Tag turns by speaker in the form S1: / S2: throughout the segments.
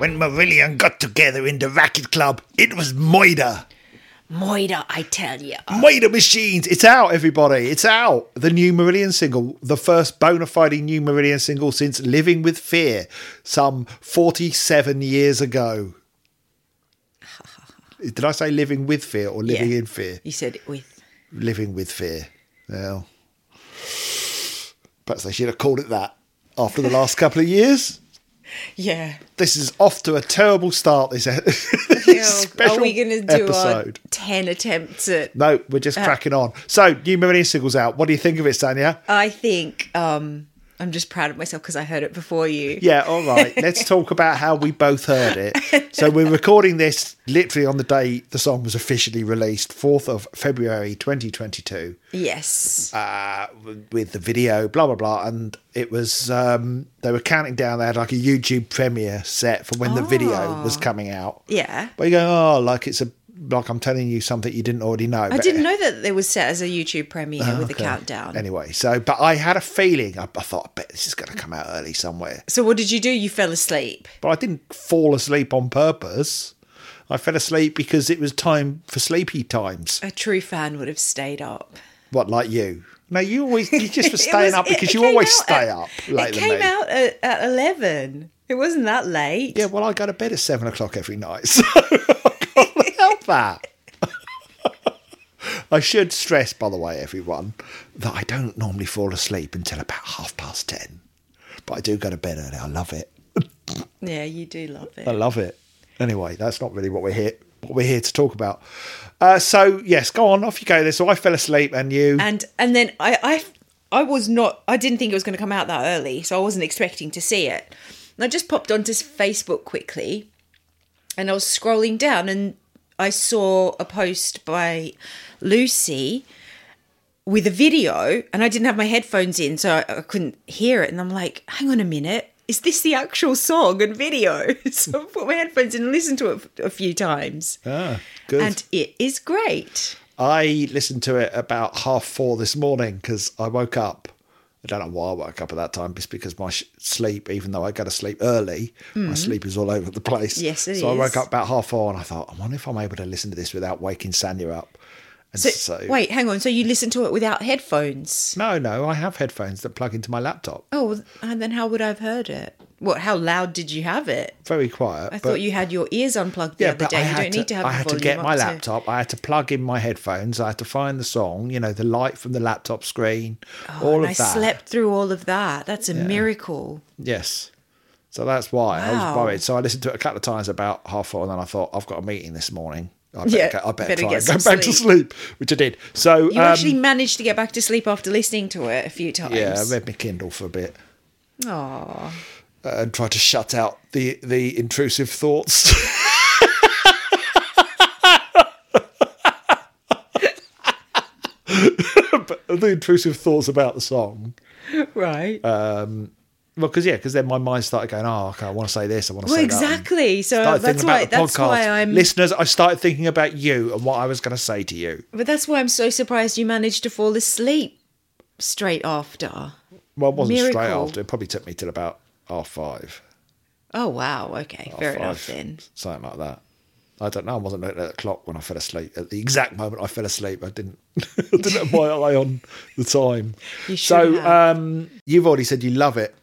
S1: Marillion got together in the racket club. It was Moida.
S2: Moida, I tell you.
S1: Moida Machines. It's out, everybody. It's out. The new Marillion single. The first bona fide new Marillion single since Living with Fear, some 47 years ago. Did I say living with fear or living
S2: Yeah.
S1: in fear?
S2: You said it with.
S1: Living with fear. Well, perhaps they should have called it that after the last couple of years.
S2: Yeah.
S1: This is off to a terrible start. This, e- this
S2: Are
S1: special
S2: we going to do Ah.
S1: episode.
S2: our 10 attempts at.
S1: No, we're just cracking on. So, new Meridian singles out. What do you think of it, Sanya?
S2: I think um, I'm just proud of myself because I heard it before you.
S1: Yeah, all right. Let's talk about how we both heard it. So, we're recording this literally on the day the song was officially released, 4th of February 2022.
S2: Yes.
S1: uh, with the video, blah blah blah, and it was um, they were counting down. They had like a YouTube premiere set for when the video
S2: Ah.
S1: was coming out.
S2: yeah.
S1: But you go, oh, like it's a like I'm telling you something you didn't already know.
S2: I didn't know that it was set as a YouTube premiere
S1: Oh,
S2: with a countdown.
S1: Anyway, so but I had a feeling. I, I thought, I bet this is going to come out early somewhere.
S2: so what did you do? You fell asleep.
S1: But I didn't fall asleep on purpose. I fell asleep because it was time for sleepy times.
S2: A true fan would have stayed up.
S1: What like you? No, you always you just for
S2: It
S1: staying
S2: was-
S1: up
S2: it-
S1: because
S2: it
S1: you
S2: came
S1: always
S2: out
S1: stay
S2: at-
S1: up later
S2: It
S1: than
S2: came
S1: me.
S2: out at, at 11. It wasn't that late.
S1: Yeah, well, I go to bed at seven o'clock every night, so I can't help that. I should stress, by the way, everyone, that I don't normally fall asleep until about half past ten, but I do go to bed early. I love it.
S2: Yeah, you do love
S1: I
S2: it.
S1: love it. Anyway, that's not really what we're here. What we're here to talk about. Uh, so yes, go on, off you go. There. So I fell asleep, and you.
S2: And and then I I I was not I didn't think it was going to come out that early, so I wasn't expecting to see it. And I just popped onto Facebook quickly, and I was scrolling down, and I saw a post by Lucy with a video, and I didn't have my headphones in, so I, I couldn't hear it. And I'm like, hang on a minute. Is this the actual song and video? So I put my headphones in and listened to it a few times.
S1: Ah, good.
S2: And it is great.
S1: I listened to it about half four this morning because I woke up. I don't know why I woke up at that time, just because my sh- sleep, even though I go to sleep early, my sleep is all over the place.
S2: Mm. Yes, it
S1: so I woke
S2: is.
S1: up about half four and I thought, I wonder if I'm able to listen to this without waking Sanya up. And so,
S2: So, wait, hang on. So you listen to it without headphones?
S1: No, no, I have headphones that plug into my laptop.
S2: Oh, well, and then how would I have heard it? What? How loud did you have it?
S1: Very quiet.
S2: I thought you had your ears unplugged the other day. you don't need to have.
S1: I
S2: the
S1: had to
S2: volume
S1: get
S2: up
S1: my
S2: to-
S1: laptop. I had to plug in my headphones. I had to find the song, you know, the light from the laptop screen, all
S2: Oh, and
S1: of
S2: I
S1: that.
S2: slept through all of that. That's a miracle.
S1: Yes. So that's why I was
S2: Wow.
S1: worried. So I listened to it a couple of times about half four, and then I thought I've got a meeting this morning. I better,
S2: Yeah,
S1: go, I better,
S2: better
S1: try
S2: get
S1: and go
S2: some
S1: back to sleep, which I did. So
S2: You
S1: um,
S2: actually managed to get back to sleep after listening to it a few times.
S1: yeah, I read my Kindle for a bit
S2: Aw.
S1: uh, and tried to shut out the the intrusive thoughts. But the intrusive thoughts about the song.
S2: right.
S1: Well, because yeah, because then my mind started going, oh, okay, I want to say this, I want to
S2: well,
S1: say that. and-
S2: exactly. So
S1: started
S2: Uh, that's
S1: thinking about
S2: why.
S1: the
S2: That's
S1: podcast.
S2: why I'm.
S1: Listeners, I started thinking about you and what I was going to say to you.
S2: But that's why I'm so surprised you managed to fall asleep straight after.
S1: Well, it wasn't straight
S2: Miracle.
S1: after. It probably took me till about half five.
S2: Oh wow. Okay.
S1: half
S2: Fair
S1: five,
S2: enough then.
S1: Something like that. I don't know. I wasn't looking at the clock when I fell asleep. At the exact moment I fell asleep, I didn't, I didn't have my eye on the time.
S2: You should
S1: so
S2: have.
S1: um, you've already said you love it.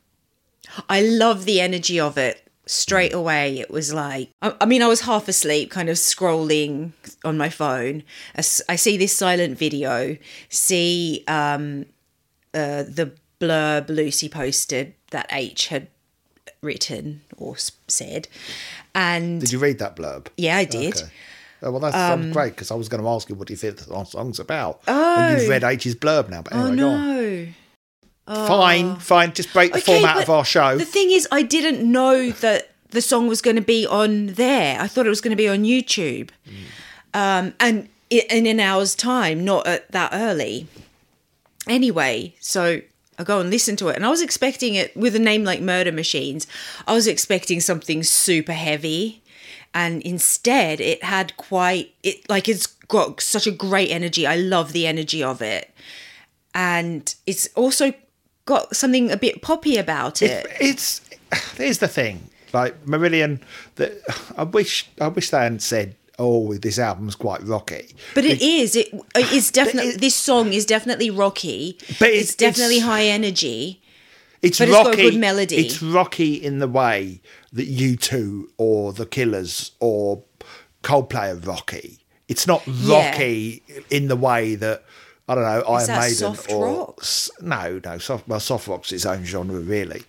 S2: I love the energy of it. Straight
S1: Mm.
S2: away, it was like, I, I mean, I was half asleep, kind of scrolling on my phone. I, s- I see this silent video, see um, uh, the blurb Lucy posted that H had written or s- said. And
S1: Did you read that blurb?
S2: yeah, I did.
S1: Okay. Oh, well, that's um, great because I was going to ask you what do you think the song's about. Oh, and you've read H's blurb now, but anyway,
S2: Oh,
S1: go on.
S2: no.
S1: Fine, fine. Just break the
S2: Okay,
S1: format
S2: but
S1: of our show.
S2: The thing is, I didn't know that the song was going to be on there. I thought it was going to be on YouTube, um, and i- in an hour's time, not at that early. Anyway, so I go and listen to it, and I was expecting it with a name like Murder Machines. I was expecting something super heavy, and instead, it had quite it like it's got such a great energy. I love the energy of it, and it's also got something a bit poppy about it.
S1: it's here's the thing Like Marillion, the, I wish I wish they hadn't said, "Oh, this album's quite rocky."
S2: But it is. It it is definitely
S1: it-
S2: this song is definitely rocky.
S1: But
S2: it's,
S1: it's-
S2: definitely
S1: it's-
S2: high energy.
S1: It's
S2: But it's
S1: rocky.
S2: got a good melody.
S1: It's rocky in the way that you two or the Killers or Coldplay are rocky. It's not rocky in the way that I don't know Iron
S2: that
S1: Maiden
S2: soft
S1: or
S2: rock?
S1: s- no, no. Soft, well, soft rock's its own genre, really.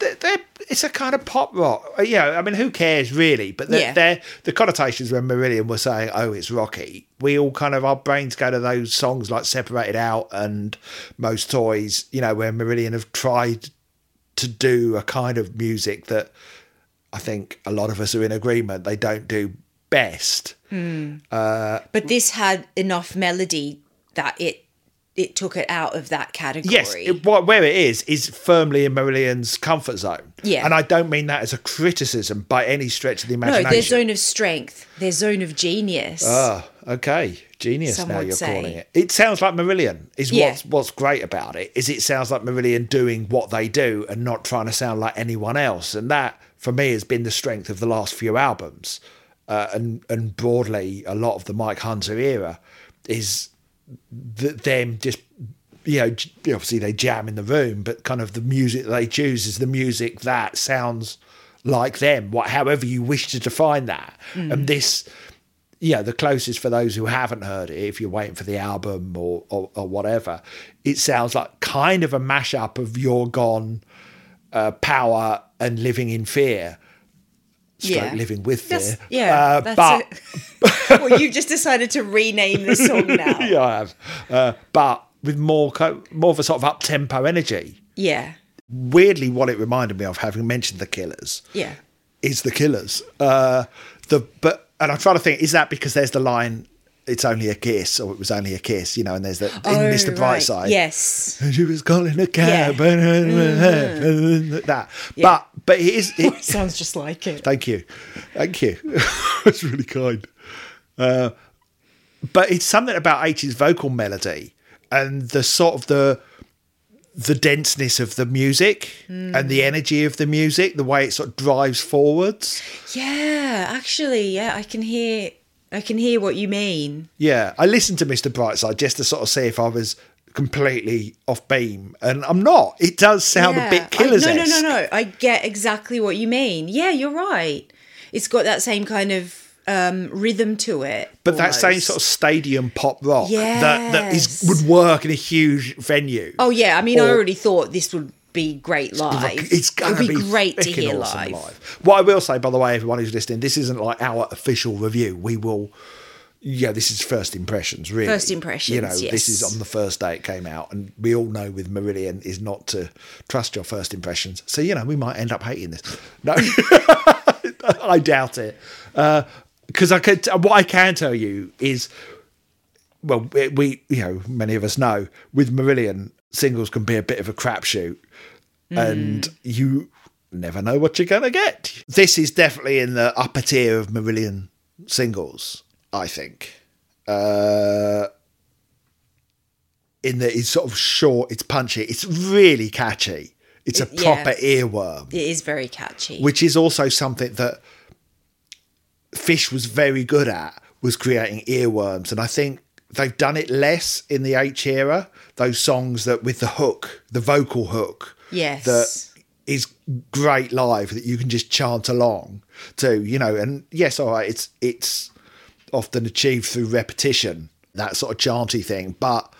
S1: They're, they're- it's a kind of pop rock. You know, I mean, who cares really? But they're,
S2: Yeah.
S1: they're, the connotations when Marillion were saying, "Oh, it's rocky," we all kind of our brains go to those songs like "Separated Out" and "Most Toys." You know, where Marillion have tried to do a kind of music that I think a lot of us are in agreement they don't do best.
S2: But this had enough melody that it it took it out of that category.
S1: Yes, it, wh- where it is is firmly in Marillion's comfort zone.
S2: Yeah.
S1: and I don't mean that as a criticism by any stretch of the
S2: no,
S1: imagination.
S2: their zone of strength, their zone of genius.
S1: Ah, okay, genius.
S2: Some
S1: now
S2: would
S1: you're
S2: say.
S1: calling it. It sounds like Marillion. Is
S2: Yeah.
S1: what's what's great about it is it sounds like Marillion doing what they do and not trying to sound like anyone else. And that for me has been the strength of the last few albums, uh, and and broadly a lot of the Mike Hunter era is th- them just. You know, j- obviously they jam in the room, but kind of the music that they choose is the music that sounds like them. What, however you wish to define that,
S2: Hmm.
S1: and this yeah, the closest for those who haven't heard it, if you're waiting for the album or, or, or whatever, it sounds like kind of a mashup of You're Gone, uh, Power, and Living in Fear. Stroke
S2: Yeah.
S1: Living with Fear.
S2: That's- yeah,
S1: Uh,
S2: that's
S1: but
S2: it. well, you've just decided to rename the song now. yeah.
S1: yeah, I have. Uh, but with more co- more of a sort of up tempo energy.
S2: yeah,
S1: Weirdly, what it reminded me of, having mentioned the Killers, is the killers. Uh, the but and I'm trying to think, is that because there's the line, it's only a kiss, or it was only a kiss, you know, and there's the in
S2: Oh,
S1: Mr. Brightside.
S2: right. Yes,
S1: And she was calling a cab.
S2: Yeah. Mm.
S1: that. But but it is it,
S2: sounds just like it.
S1: Thank you. Thank you. That's really kind. Uh, but it's something about H's vocal melody and the sort of the the denseness of the music
S2: Hmm.
S1: and the energy of the music, the way it sort of drives forwards.
S2: Yeah, actually, yeah, I can hear, I can hear what you mean.
S1: Yeah, I listened to Mr. Brightside just to sort of see if I was completely off beam, and I'm not. It does sound
S2: yeah.
S1: a bit killers.
S2: I, no, no, no, no. I get exactly what you mean. Yeah, you're right. It's got that same kind of um, rhythm to it.
S1: But that same sort of stadium pop rock that, that is
S2: Yes.
S1: would work in a huge venue.
S2: Oh yeah, I mean, I
S1: or-
S2: already thought this would be great live.
S1: Like, It's going
S2: It'd
S1: to
S2: be,
S1: be,
S2: great to
S1: frickin'
S2: hear
S1: awesome
S2: live.
S1: What I will say, by the way, everyone who's listening, this isn't like our official review. We will, yeah, this is first impressions, really.
S2: First
S1: You know,
S2: impressions,
S1: this is
S2: yes.
S1: on the first day it came out, and we all know with Meridian is not to trust your first impressions. So you know, we might end up hating this. No, I doubt it. Because I could, what I can tell you is well, we- we, you know, many of us know with Marillion, singles can be a bit of a crapshoot
S2: Hmm.
S1: and you never know what you're going to get. This is definitely in the upper tier of Marillion singles, I think. Uh, in that it's sort of short, it's punchy, it's really catchy. It's a
S2: It- yeah.
S1: proper earworm
S2: It is very catchy.
S1: which is also something that Fish was very good at was creating earworms, and I think they've done it less in the H era. Those songs that with the hook, the vocal hook,
S2: Yes.
S1: that is great live that you can just chant along to, you know. And yes, all right, it's it's often achieved through repetition that sort of chanty thing, but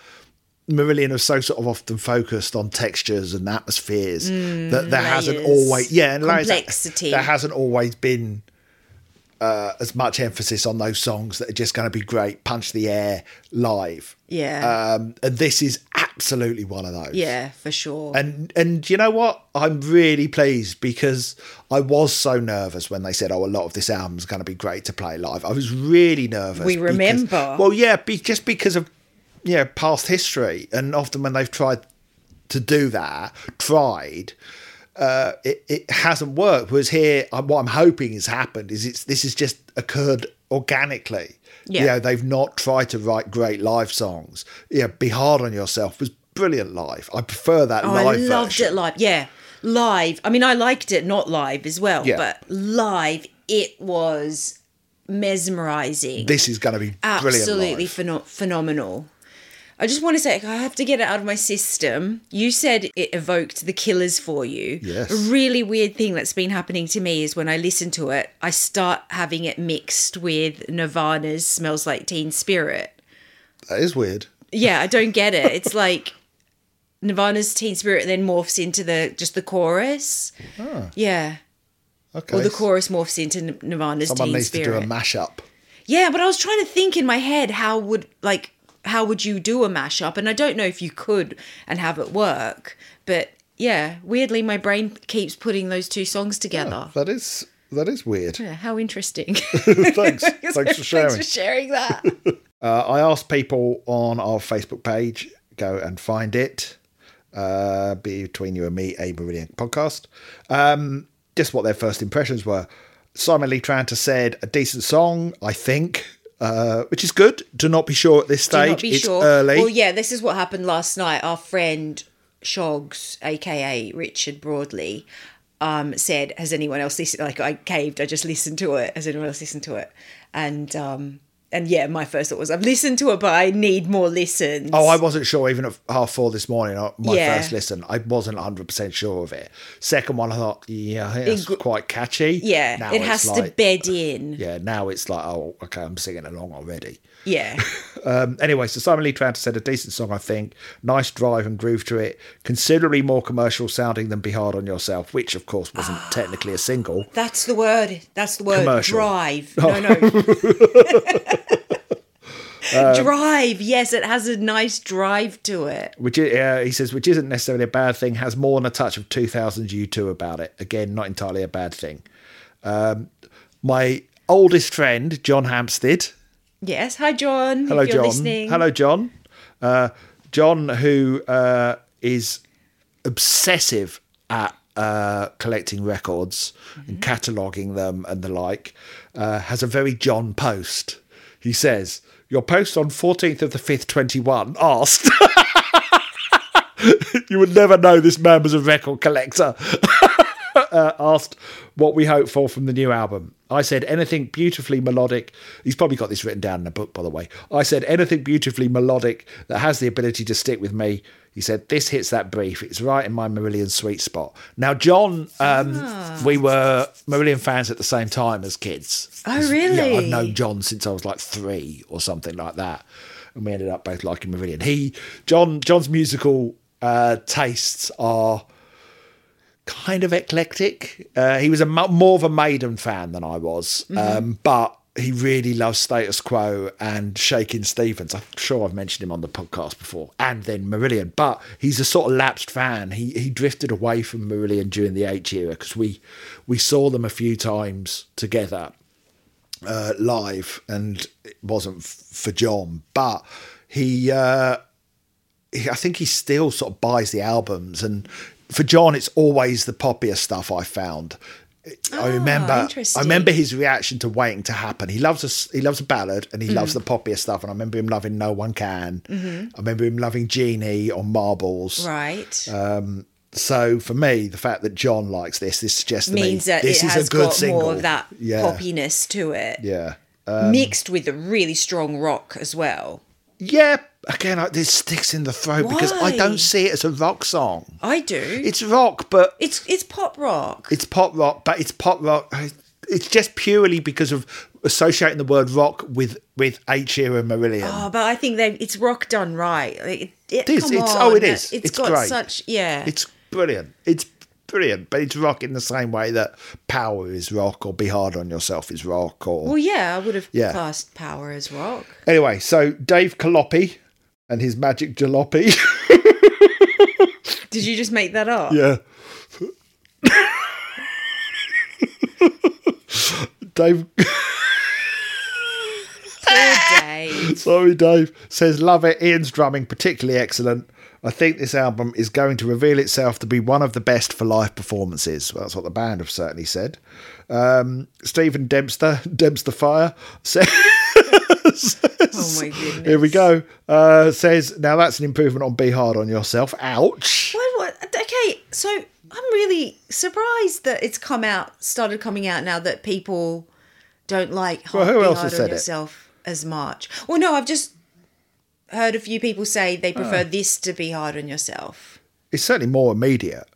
S1: Marillion are so sort of often focused on textures and atmospheres that there hasn't
S2: Mm, layers.
S1: always yeah and layers.
S2: Complexity.
S1: there hasn't always been uh, as much emphasis on those songs that are just going to be great punch the air live
S2: yeah,
S1: um, and this is absolutely one of those
S2: yeah, for sure.
S1: and and you know what i'm really pleased because i was so nervous when they said oh a lot of this album's going to be great to play live i was really nervous
S2: We
S1: because-
S2: remember.
S1: well yeah be, just because of yeah past history and often when they've tried to do that tried uh, it, it hasn't worked whereas here I, what i'm hoping has happened is it's this has just occurred organically
S2: Yeah.
S1: you know they've not tried to write great live songs yeah be hard on yourself was brilliant live i prefer that
S2: oh, I
S1: live
S2: loved
S1: version.
S2: it live. Yeah, live. I mean, I liked it not live as well,
S1: Yeah.
S2: but live it was mesmerizing.
S1: This is going to be
S2: absolutely
S1: brilliant.
S2: pheno- phenomenal. I just want to say, I have to get it out of my system. You said it evoked the killers for you.
S1: Yes.
S2: A really weird thing that's been happening to me is when I listen to it, I start having it mixed with Nirvana's Smells Like Teen Spirit.
S1: Live. That is weird.
S2: Yeah, I don't get it. It's like Nirvana's Teen Spirit then morphs into the just the chorus. Yeah.
S1: Okay.
S2: Or the chorus morphs into N- Nirvana's
S1: Someone
S2: Teen
S1: needs
S2: Spirit.
S1: to do a mashup.
S2: Yeah, but I was trying to think in my head how would like how would you do a mashup, and I don't know if you could and have it work. But yeah, weirdly, my brain keeps putting those two songs together.
S1: That is that is weird.
S2: Yeah, how interesting!
S1: Thanks. Thanks for sharing.
S2: Thanks for sharing that.
S1: Uh, I asked people on our Facebook page, go and find it. Uh, between you and me, a Meridian podcast. Um, just what their first impressions were. Simon Lee Tranter said, a decent song, I think, uh, which is good. Do not be sure at this
S2: Do
S1: stage.
S2: not be
S1: it's
S2: sure.
S1: early.
S2: Well, yeah, this is what happened last night. Our friend Shogs, aka Richard Broadley, um, said, "Has anyone else listened?" Like I caved. I just listened to it. Has anyone else listened to it? And um, and yeah, my first thought was, "I've listened to it, but I need more listens."
S1: Oh, I wasn't sure even at half four this morning. uh, My
S2: Yeah.
S1: first listen, I wasn't 100% sure of it. Second one, I thought, yeah, it's
S2: gr-
S1: quite catchy.
S2: yeah,
S1: Now
S2: it
S1: it's
S2: has to
S1: like-
S2: bed in. Yeah.
S1: Yeah, now it's like, oh, okay, I'm singing along already. Um, anyway, so Simon Lee Tranter said a decent song, I think. Nice drive and groove to it. Considerably more commercial sounding than Be Hard on Yourself, which, of course, wasn't
S2: Ah.
S1: technically a single.
S2: That's the word. That's the word.
S1: Commercial. Oh.
S2: Drive. No, no.
S1: Um,
S2: drive. Yes, it has a nice drive to it.
S1: Which uh, he says, which isn't necessarily a bad thing, has more than a touch of 2000s U2 about it. Again, not entirely a bad thing. Um, my oldest friend, John Hampstead,
S2: Yes. Hi, John.
S1: Hello,
S2: if you're
S1: John.
S2: Listening.
S1: Hello, John. Uh, John, who uh, is obsessive at uh, collecting records and
S2: Mm-hmm.
S1: cataloguing them and the like, uh, has a very John post. He says, "Your post on fourteenth of the fifth, twenty-one, asked." you would never know this man was a record collector. uh, asked what we hope for from the new album. I said anything beautifully melodic. He's probably got this written down in a book, by the way. I said anything beautifully melodic that has the ability to stick with me. He said this hits that brief. It's right in my Marillion sweet spot. Now, John, um,
S2: Ah.
S1: we were Marillion fans at the same time as kids.
S2: Oh,
S1: Yeah, I've
S2: really?
S1: known John since I was like three or something like that, and we ended up both liking Meridian. He, John, John's musical uh, tastes are kind of eclectic. Uh, he was a mu- more of a Maiden fan than I was, um, but he really loves Status Quo and Shaking Stevens. I'm sure I've mentioned him on the podcast before, and then Marillion. But he's a sort of lapsed fan. He he drifted away from Marillion during the H era because we we saw them a few times together uh, live, and it wasn't f- for John, but he. Uh, he- I think he still sort of buys the albums, and for John, it's always the poppier stuff. I found. I remember. I
S2: Ah, interesting.
S1: remember his reaction to "Waiting to Happen." He loves us. He loves a ballad, and
S2: Mm-hmm.
S1: he loves the poppier stuff. And I remember him loving "No One Can." I remember him loving "Genie" on Marbles.
S2: Right.
S1: Uh, So for me, the fact that John likes this, this suggests to
S2: Means
S1: me
S2: that
S1: this
S2: it
S1: is
S2: has
S1: a good
S2: got
S1: single.
S2: more of that
S1: yeah,
S2: poppiness to it,
S1: yeah. Um,
S2: mixed with a really strong rock as well.
S1: Yeah, again, I, this sticks in the throat because I
S2: Why?
S1: don't see it as a rock song.
S2: I do.
S1: It's rock, but
S2: It's it's pop rock.
S1: it's pop rock, but it's pop rock. It's just purely because of associating the word rock with with H era Marillion.
S2: Oh, but I think they it's rock done right. Like, It, it
S1: is,
S2: Come
S1: it's-
S2: on.
S1: oh, it is.
S2: It's
S1: It's
S2: got
S1: great.
S2: such yeah.
S1: It's brilliant. It's brilliant, but it's rock in the same way that power is rock or be hard on yourself is rock or
S2: well, yeah, I would have
S1: Yeah.
S2: classed power as rock.
S1: Anyway, so Dave Kaloppy and his magic jalopy.
S2: Did you just make that up?
S1: Yeah. Dave,
S2: Poor Dave.
S1: sorry, Dave says, Love it. Ian's drumming, particularly excellent. I think this album is going to reveal itself to be one of the best for live performances. Well, that's what the band have certainly said. Um, Stephen Dempster, Dempster Fire, said,
S2: Oh my goodness.
S1: here we go, uh, says, Now that's an improvement on Be Hard on Yourself. Ouch.
S2: Why, what? Okay, so I I'm really surprised that it's come out, started coming out now that people don't like
S1: Well, who
S2: being
S1: else
S2: hard
S1: has
S2: on
S1: said it?
S2: yourself as much. Well, no, I've just heard a few people say
S1: Oh.
S2: they prefer this to be hard on yourself.
S1: It's certainly more immediate.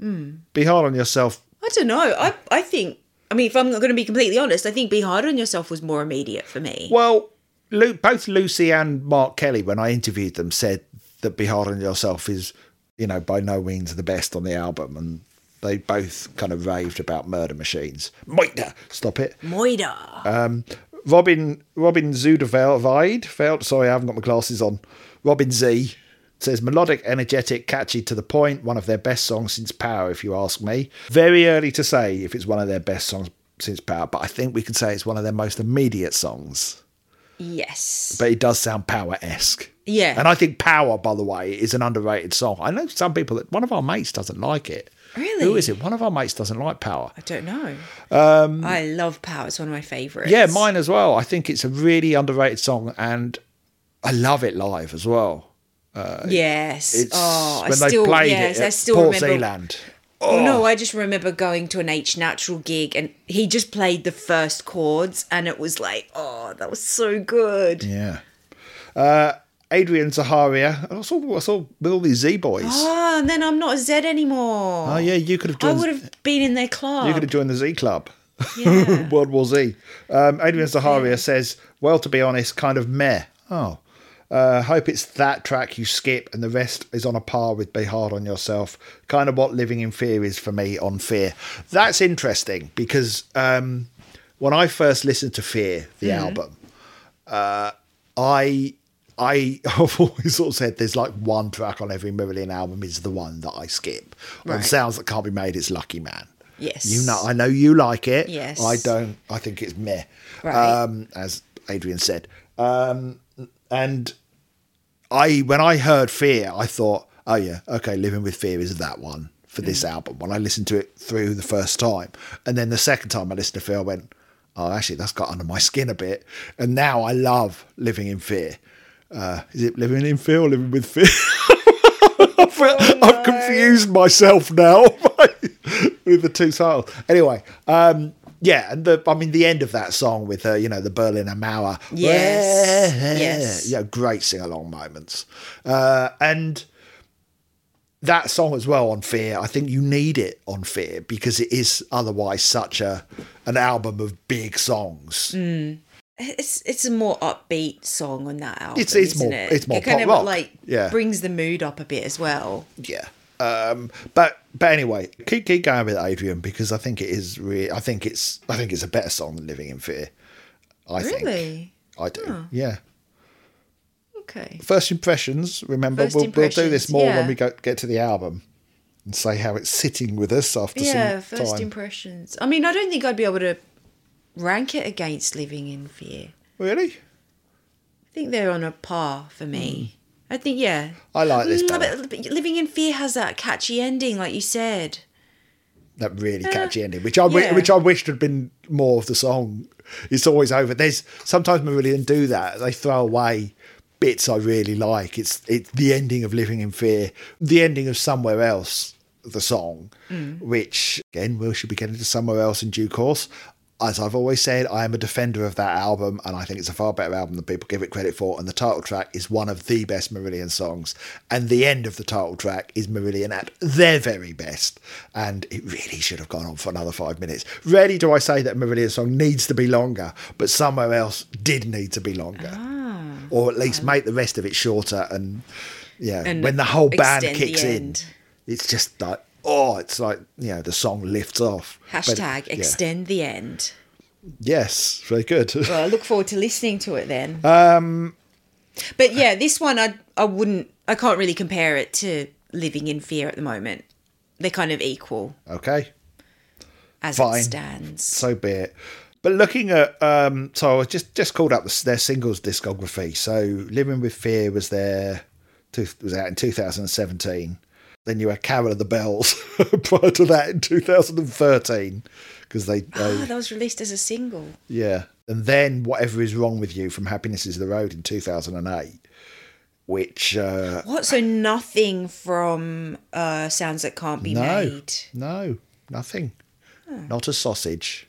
S1: Be hard on yourself.
S2: I don't know. I I think. I mean, if I'm going to be completely honest, I think be hard on yourself was more immediate for me.
S1: Well, Lu- both Lucy and Mark Kelly, when I interviewed them, said that Be Hard on Yourself is, you know, by no means the best on the album. And they both kind of raved about Murder Machines. Moita! Stop it.
S2: Moida.
S1: Robin Robin Zuderveld, Veld, sorry, I haven't got my glasses on. Robin Z says melodic, energetic, catchy to the point, one of their best songs since Power, if you ask me. Very early to say if it's one of their best songs since Power, but I think we can say it's one of their most immediate songs.
S2: yes.
S1: But it does sound Power esque.
S2: Yeah.
S1: And I think Power, by the way, is an underrated song. I know some people that one of our mates doesn't like it.
S2: Really? Oh,
S1: Who is it? One of our mates doesn't like Power.
S2: I don't know. I love Power. It's one of my favorites.
S1: Um, Yeah, mine as well. I think it's a really underrated song, and I love it live as well.
S2: Yes.
S1: It's
S2: oh, I
S1: when they
S2: still.
S1: played
S2: yes,
S1: it
S2: I
S1: at
S2: still
S1: Port
S2: remember.
S1: Zealand.
S2: Oh. No, I just remember going to an H Natural gig and he just played the first chords and it was like, oh, that was so good.
S1: Yeah. Uh, Adrian Zaharia. I saw, I saw with all these Z boys. Oh,
S2: Ah, and then I'm not a Z anymore.
S1: yeah, you could have
S2: I
S1: joined.
S2: would have been in their
S1: You could
S2: club.
S1: have joined the Z Club.
S2: Yeah.
S1: World War Z. Um, Adrian Zaharia says, "Well, to be honest, kind of meh." Oh. Uh, hope it's that track you skip and the rest is on a par with Be Hard on Yourself. Kind of what Living in Fear is for me on Fear. That's interesting because um, when I first listened to Fear, the
S2: Mm-hmm.
S1: album, uh, I I have always sort of said there's like one track on every Marillion album is the one that I skip. On
S2: Right.
S1: Sounds That Can't Be Made, it's Lucky Man.
S2: Yes.
S1: You know, I know you like it.
S2: Yes.
S1: I don't. I think it's meh.
S2: Right.
S1: Um, as Adrian said. Um, and I, when I heard Fear, I thought, oh yeah, okay, Living with Fear is that one for this
S2: Mm.
S1: album. When I listened to it through the first time, and then the second time I listened to Fear, I went, oh, actually, that's got under my skin a bit. And now I love Living in Fear. Uh, is it Living in Fear or Living with Fear? I've, I've confused myself now with the two titles. Anyway, um, yeah, and the I mean the end of that song with uh, you know the Berliner Mauer.
S2: Yes, yes.
S1: Yeah, great sing along moments. Uh, and that song as well on Fear, I think you need it on Fear because it is otherwise such a an album of big songs.
S2: It's it's a more upbeat song on that album.
S1: It's- it's
S2: isn't
S1: more-
S2: it?
S1: it's more
S2: it kind
S1: pop
S2: of
S1: rock.
S2: like
S1: Yeah.
S2: brings the mood up a bit as well.
S1: yeah. Um, but but anyway, keep keep going with Adrian because I think it is really I think it's I think it's a better song than Living in Fear. I think
S2: Really?
S1: I do. Yeah.
S2: Okay.
S1: First impressions. Remember,
S2: First
S1: we'll we'll do this
S2: impressions,
S1: more when
S2: yeah.
S1: we go, get to the album and say how it's sitting with us after
S2: Yeah,
S1: some
S2: first
S1: time.
S2: impressions. I mean, I don't think I'd be able to rank it against Living in Fear.
S1: really?
S2: I think they're on a par for me. I think yeah.
S1: I like Hmm. this.
S2: Mm,
S1: Ballad.
S2: but Living in Fear has that catchy ending, like you said.
S1: That really catchy ending, which I wi-
S2: yeah.
S1: which I wished had been more of the song. It's always over. There's sometimes Marillion do that. They throw away bits I really like. It's it's the ending of Living in Fear, the ending of Somewhere Else, the song, which again we should be getting to Somewhere Else in due course. As I've always said, I am a defender of that album, and I think it's a far better album than people give it credit for. And the title track is one of the best Marillion songs, and the end of the title track is Marillion at their very best. And it really should have gone on for another five minutes. Rarely do I say that a Marillion song needs to be longer, but somewhere else did need to be longer,
S2: Ah,
S1: or at least make the rest of it shorter. And yeah,
S2: And
S1: when the whole band
S2: extend the
S1: kicks in,
S2: end.
S1: it's just like oh, it's like you know the song lifts off. But-
S2: Hashtag
S1: yeah.
S2: extend the end.
S1: Yes, very good.
S2: Well, I look forward to listening to it then. Um, but yeah, this one I I wouldn't. I can't really compare it to Living in Fear at the moment. They're kind of equal
S1: okay.
S2: as
S1: Fine.
S2: it stands.
S1: so be it. But looking at, um, so I was just just called up the, their singles discography. So Living with Fear was their two, was out in 2017. Then you had Carol of the Bells prior to that in 2013 because they,
S2: Oh,
S1: they
S2: that was released as a single.
S1: yeah. And then Whatever Is Wrong with You from Happiness Is the Road in 2008 which uh,
S2: What? So nothing from uh, sounds that can't be
S1: no,
S2: made.
S1: no, nothing, not a sausage.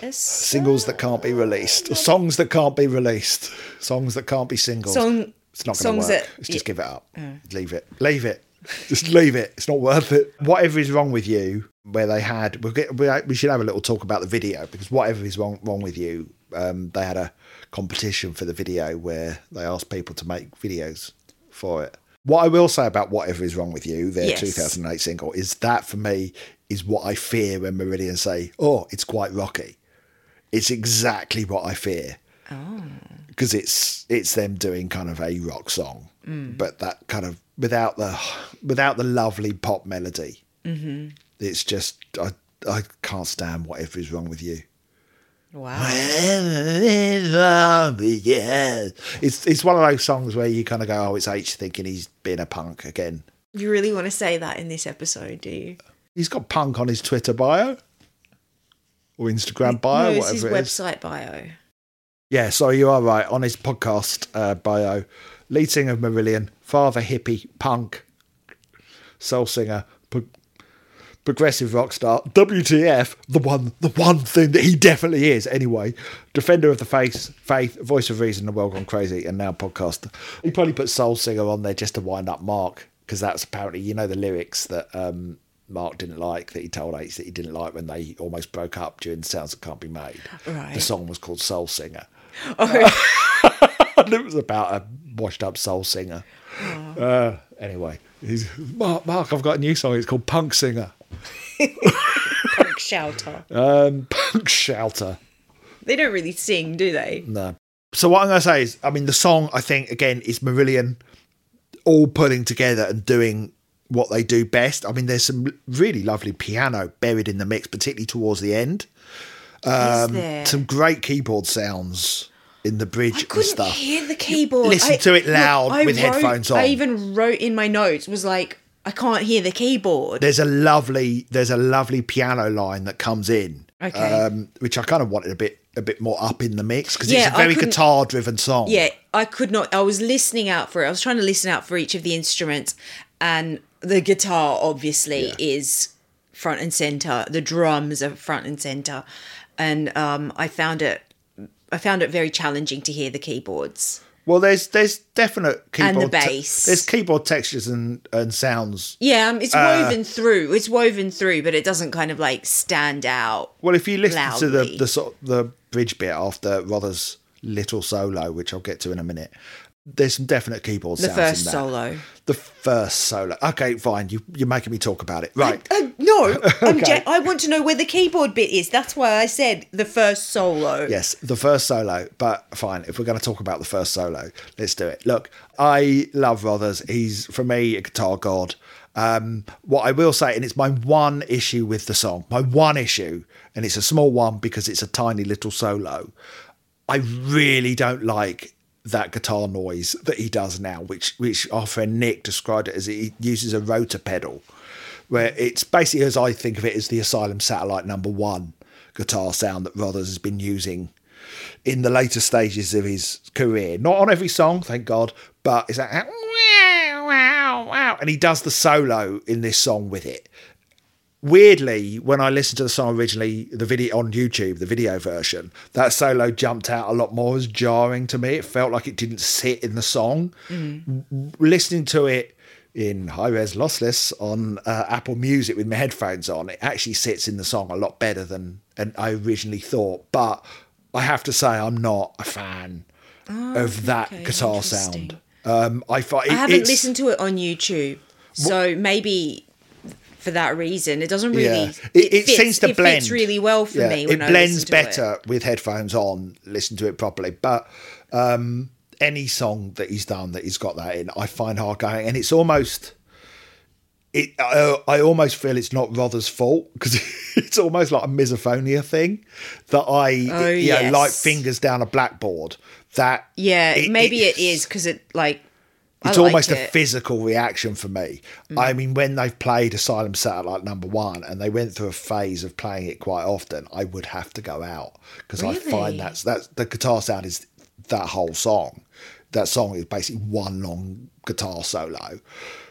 S2: It's
S1: Singles that can't be released, or songs that can't be released, songs that can't be singles.
S2: Song-
S1: it's not going to
S2: songs
S1: work.
S2: that-
S1: Let's just give it up. Leave it. Leave it. Just leave it. It's not worth it. Whatever is wrong with you, where they had, we'll get, we uh, we should have a little talk about the video because whatever is wrong wrong with you, um, they had a competition for the video where they asked people to make videos for it. What I will say about whatever is wrong with you, their
S2: Yes.
S1: 2008 single, is that for me is what I fear when Meridian say, "Oh, it's quite rocky." It's exactly what I fear because it's it's them doing kind of a rock song,
S2: Mm.
S1: but that kind of without the without the lovely pop melody. Mm-hmm. It's just I I can't stand whatever is wrong with you.
S2: wow.
S1: It's it's one of those songs where you kind of go, oh, it's H thinking he's being a punk again.
S2: You really want to say that in this episode, do you?
S1: He's got punk on his Twitter bio or Instagram bio,
S2: no, it's his
S1: whatever it is.
S2: website bio.
S1: Yeah, sorry, you are right. On his podcast uh, bio, lead singer of Marillion, father hippie, punk, soul singer, pro- progressive rock star, WTF, the one, the one thing that he definitely is anyway, defender of the faith, faith, voice of reason, the world gone crazy, and now podcaster. He probably put soul singer on there just to wind up Mark because that's apparently you know the lyrics that um, Mark didn't like that he told H that he didn't like when they almost broke up during Sounds That Can't Be Made.
S2: Right.
S1: The song was called Soul Singer. and it was about a washed up soul singer. Uh, anyway, he's, Mark, Mark, I've got a new song. It's called Punk Singer.
S2: Punk shelter.
S1: Um, punk Shelter.
S2: They don't really sing, do they?
S1: No. So what I'm going to say is, I mean, the song I think again is Marillion all pulling together and doing what they do best. I mean, there's some really lovely piano buried in the mix, particularly towards the end. um,
S2: Is there?
S1: Some great keyboard sounds in the bridge
S2: I
S1: and
S2: couldn't
S1: stuff.
S2: hear the keyboard.
S1: Listen
S2: I-
S1: to it loud
S2: I
S1: with
S2: wrote-
S1: headphones on.
S2: I even wrote in my notes was like, I can't hear the keyboard.
S1: there's a lovely there's a lovely piano line that comes in
S2: Okay.
S1: um, which i kind of wanted a bit a bit more up in the mix because it's
S2: Yeah,
S1: a
S2: I
S1: very
S2: couldn't-
S1: guitar driven song
S2: Yeah, I could not. I was listening out for it. I was trying to listen out for each of the instruments, and the guitar obviously is front and center. The drums are front and center, and um, I found it. I found it very challenging to hear the keyboards.
S1: well there's there's definite keyboard
S2: the
S1: te-
S2: bass.
S1: there's keyboard textures and and sounds
S2: Yeah, um, it's woven through. It's woven through, but it doesn't kind of like stand out.
S1: well if you listen to the
S2: Loudly.
S1: the sort of the bridge bit after rother's little solo which i'll get to in a minute there's some definite keyboard
S2: The
S1: sounds in
S2: first
S1: that.
S2: solo.
S1: the first solo okay fine you, you're making me talk about it right
S2: Uh, no, I'm
S1: Okay.
S2: ge- I want to know where the keyboard bit is. That's why I said the first solo.
S1: Yes, the first solo, but fine. If we're going to talk about the first solo, let's do it. Look, I love Rothers. He's, for me, a guitar god. Um, what I will say, and it's my one issue with the song, my one issue, and it's a small one because it's a tiny little solo. I really don't like that guitar noise that he does now, which which our friend Nick described it as he uses a rotor pedal, where it's basically as I think of it as the Asylum Satellite Number One guitar sound that Rothers has been using in the later stages of his career. Not on every song, thank God, but it's like wow, wow, wow, and he does the solo in this song with it weirdly, when I listened to the song originally, the video on YouTube, the video version, that solo jumped out a lot more. It was jarring to me. It felt like it didn't sit in the song.
S2: Mm.
S1: W- Listening to it in high res lossless on uh, Apple Music with my headphones on, it actually sits in the song a lot better than, than I originally thought. But I have to say, I'm not a fan of that
S2: Ah, okay,
S1: guitar
S2: interesting.
S1: sound. Um, I, find
S2: I haven't listened to it on YouTube, so maybe for that reason, it doesn't really.
S1: Yeah. It- it seems to
S2: it
S1: blend.
S2: fits really well for
S1: Yeah,
S2: me.
S1: it
S2: When I
S1: blends
S2: listen to
S1: better with headphones on. Listen to it properly, but um, any song that he's done that he's got that in, I find hard going, and it's almost. It, I, I almost feel it's not Rother's fault because it's almost like a misophonia thing that I,
S2: Oh,
S1: you know,
S2: yes.
S1: like fingers down a blackboard. That
S2: Yeah, maybe
S1: it
S2: it
S1: is.
S2: is because it like. I
S1: It's
S2: liked
S1: almost a
S2: it. Mm.
S1: physical reaction for me. I mean, when they've played Asylum Satellite number one and they went through a phase of playing it quite often, I would have to go out because I
S2: Really?
S1: find that's that's the guitar sound is that whole song. That song is basically one long guitar solo,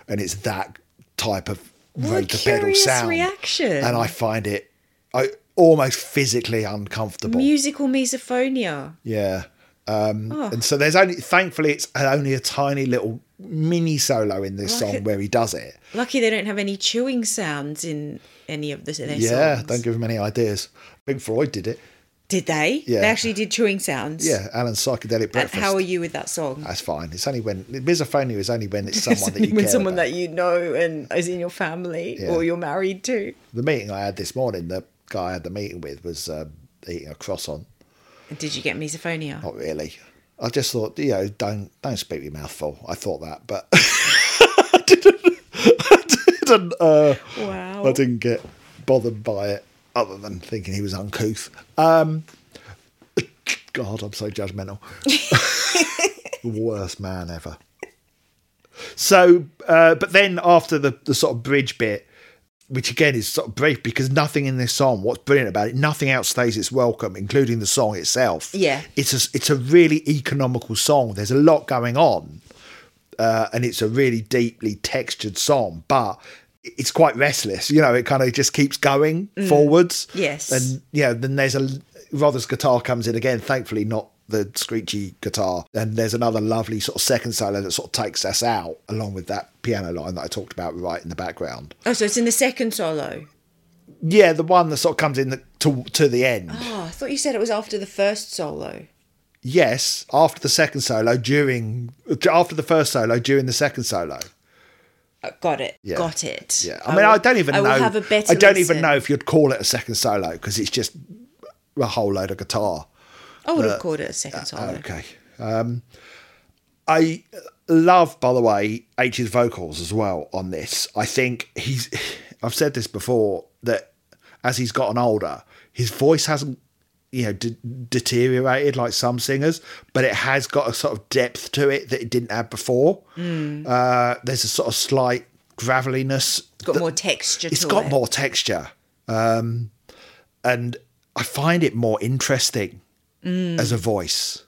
S1: and it's that type of
S2: a
S1: road to pedal
S2: curious
S1: sound.
S2: reaction.
S1: And I find it I, almost physically uncomfortable.
S2: Musical misophonia.
S1: Yeah. Um,
S2: Ah.
S1: And so there's only, thankfully, it's only a tiny little mini solo in this
S2: Like
S1: song
S2: it-
S1: where he does it.
S2: Lucky they don't have any chewing sounds in any of the, their
S1: Yeah,
S2: songs.
S1: don't give him any ideas. Pink Floyd did it.
S2: Did they?
S1: Yeah.
S2: They actually did chewing sounds.
S1: Yeah, Alan's psychedelic
S2: And
S1: breakfast.
S2: how are you with that song?
S1: That's fine. It's only when misophonia is only when it's someone that you
S2: with
S1: care
S2: someone
S1: about.
S2: that you know and is in your family
S1: Yeah.
S2: or you're married to.
S1: The meeting I had this morning, the guy I had the meeting with was um, eating a croissant.
S2: And did you get misophonia?
S1: Not really. I just thought, you know, don't don't speak with your mouth full. I thought that, but I didn't. I didn't. Uh,
S2: Wow.
S1: I didn't get bothered by it, other than thinking he was uncouth. Um, God, I'm so judgmental. Worst man ever. So, uh, but then after the, the sort of bridge bit, which again is sort of brief because nothing in this song, what's brilliant about it, nothing outstays its welcome, including the song itself.
S2: Yeah.
S1: It's a, it's a really economical song. There's a lot going on uh, and it's a really deeply textured song, but it's quite restless. You know, it kind of just keeps going forwards.
S2: Yes.
S1: And yeah, then there's a Rother's guitar comes in again. Thankfully, not the screechy guitar. And there's another lovely sort of second solo that sort of takes us out, along with that piano line that I talked about right in the background.
S2: Oh, so it's in the second solo.
S1: Yeah, the one that sort of comes in the, to to the end.
S2: Oh, I thought you said it was after the first solo.
S1: Yes, after the second solo, during after the first solo, during the second solo.
S2: Uh, Got it.
S1: Yeah.
S2: Got it.
S1: Yeah, I mean, I,
S2: will-
S1: don't even
S2: I
S1: know.
S2: will have a better
S1: I don't
S2: listen.
S1: even know if you'd call it a second solo because it's just a whole load of guitar.
S2: I would have called it a
S1: uh,
S2: second solo.
S1: Okay. Um, I love, by the way, H's vocals as well on this. I think he's. I've said this before that as he's gotten older, his voice hasn't, you know, de- deteriorated like some singers, but it has got a sort of depth to it that it didn't have before.
S2: Mm.
S1: Uh, there's a sort of slight graveliness
S2: It's got more texture
S1: it's
S2: to
S1: got
S2: it.
S1: more texture um and i find it more interesting
S2: Mm.
S1: as a voice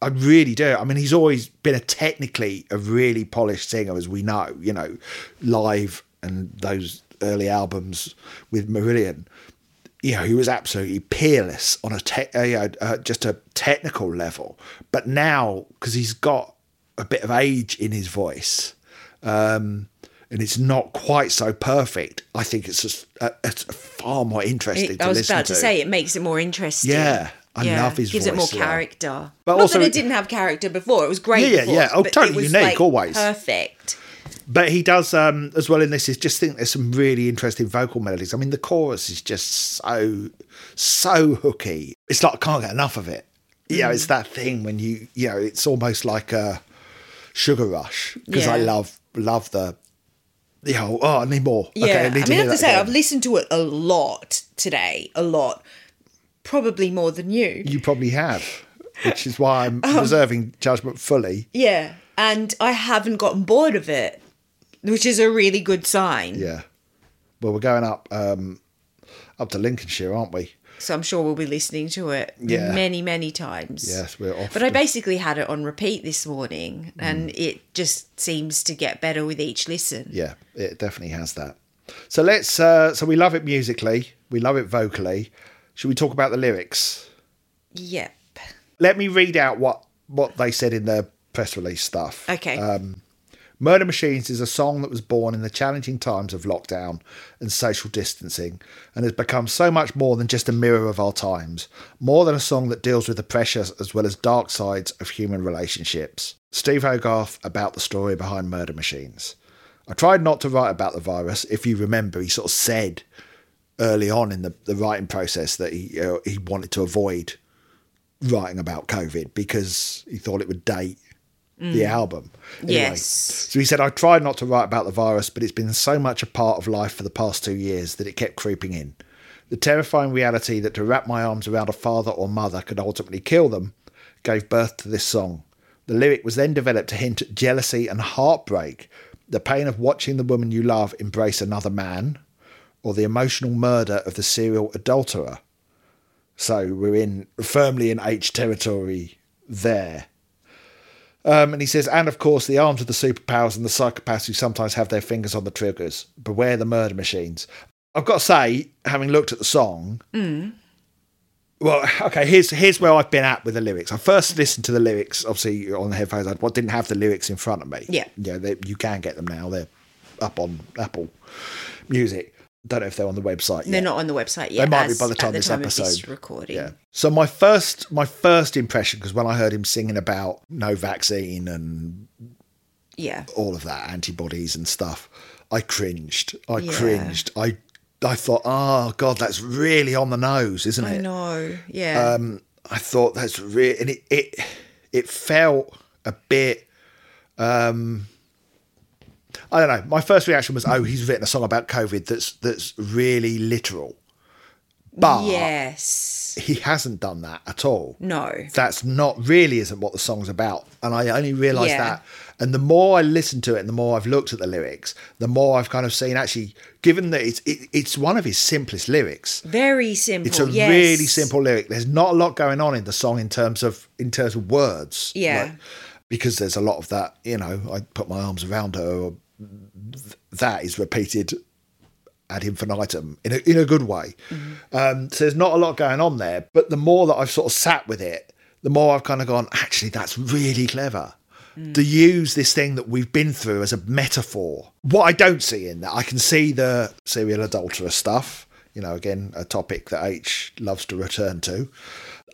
S1: i really do i mean he's always been a technically a really polished singer as we know you know live and those early albums with marillion you know he was absolutely peerless on a te- uh, you know, uh, just a technical level but now because he's got a bit of age in his voice um, and it's not quite so perfect. I think it's just uh, it's far more interesting.
S2: It-
S1: to
S2: I was
S1: listen
S2: about to
S1: to
S2: say it makes it more interesting.
S1: Yeah, I love his
S2: gives
S1: voice,
S2: it more
S1: yeah.
S2: character.
S1: But
S2: But Not
S1: also
S2: that
S1: it-
S2: it didn't have character before. It was great.
S1: Yeah, yeah,
S2: before,
S1: yeah. Oh,
S2: but it
S1: totally
S2: was,
S1: unique,
S2: like,
S1: always.
S2: perfect.
S1: But he does um, as well in this. Is just think there's some really interesting vocal melodies. I mean, the chorus is just so so hooky. It's like I can't get enough of it. You know,
S2: Mm.
S1: it's that thing when you you know it's almost like a sugar rush because I
S2: Yeah.
S1: love love the you know oh I need more.
S2: Yeah,
S1: okay, I need
S2: I,
S1: to
S2: mean, I
S1: hear
S2: have to
S1: that
S2: say
S1: again.
S2: I've listened to it a lot today, a lot, probably more than you.
S1: you probably have, which is why I'm
S2: Um,
S1: reserving judgment fully.
S2: Yeah, and I haven't gotten bored of it, which is a really good sign.
S1: Yeah. Well, we're going up um, up to Lincolnshire, aren't we?
S2: So I'm sure we'll be listening to it
S1: Yeah.
S2: many, many times.
S1: Yes, we're off.
S2: But I
S1: to-
S2: basically had it on repeat this morning, and it just seems to get better with each listen.
S1: yeah, it definitely has that. So let's. Uh, so we love it musically. We love it vocally. Should we talk about the lyrics?
S2: Yep.
S1: Let me read out what what they said in their press release stuff. Um,
S2: Okay.
S1: Murder Machines is a song that was born in the challenging times of lockdown and social distancing and has become so much more than just a mirror of our times, more than a song that deals with the precious as well as dark sides of human relationships. Steve Hogarth about the story behind Murder Machines. I tried not to write about the virus. If you remember, he sort of said early on in the, the writing process that he, uh, he wanted to avoid writing about COVID because he thought it would date the album.
S2: Yes.
S1: So he said, I tried not to write about the virus, but it's been so much a part of life for the past two years that it kept creeping in. The terrifying reality that to wrap my arms around a father or mother could ultimately kill them gave birth to this song. The lyric was then developed to hint at jealousy and heartbreak, the pain of watching the woman you love embrace another man, or the emotional murder of the serial adulterer. So we're in firmly in H territory there. Um, and he says, and of course, the arms of the superpowers and the psychopaths who sometimes have their fingers on the triggers. Beware the murder machines. I've got to say, having looked at the song, well, okay, here's here's where I've been at with the lyrics. I first listened to the lyrics, obviously on the headphones. I well, didn't have the lyrics in front of me.
S2: Yeah.
S1: yeah, they, you can get them now. They're up on Apple Music. Don't know if they're on the website.
S2: They're
S1: yet.
S2: not on the website
S1: They
S2: yet.
S1: might be
S2: as
S1: by the
S2: at
S1: time this
S2: of
S1: episode-
S2: recording.
S1: Yeah. So my first my first impression, because when I heard him singing about no vaccine and
S2: Yeah.
S1: all of that antibodies and stuff i cringed i
S2: Yeah.
S1: cringed i i thought oh god that's really on the nose isn't
S2: I
S1: it
S2: know. Yeah.
S1: um i thought that's really and it it it felt a bit um i don't know my first reaction was oh he's written a song about covid that's that's really literal but
S2: yes.
S1: he hasn't done that at all
S2: No.
S1: that's not really isn't what the song's about and i only realized
S2: Yeah.
S1: that and the more i listen to it and the more i've looked at the lyrics the more i've kind of seen actually given that it's it, it's one of his simplest lyrics
S2: Very simple.
S1: it's a
S2: Oh, yes.
S1: really simple lyric there's not a lot going on in the song in terms of in terms of words
S2: Yeah.
S1: because there's a lot of that you know i put my arms around her or th- that is repeated ad infinitum in a, in a good way. Um, so there's not a lot going on there, but the more that I've sort of sat with it, the more I've kind of gone, actually, that's really clever.
S2: Mm.
S1: To use this thing that we've been through as a metaphor. What I don't see in that, I can see the serial adulterer stuff, you know, again, a topic that H loves to return to.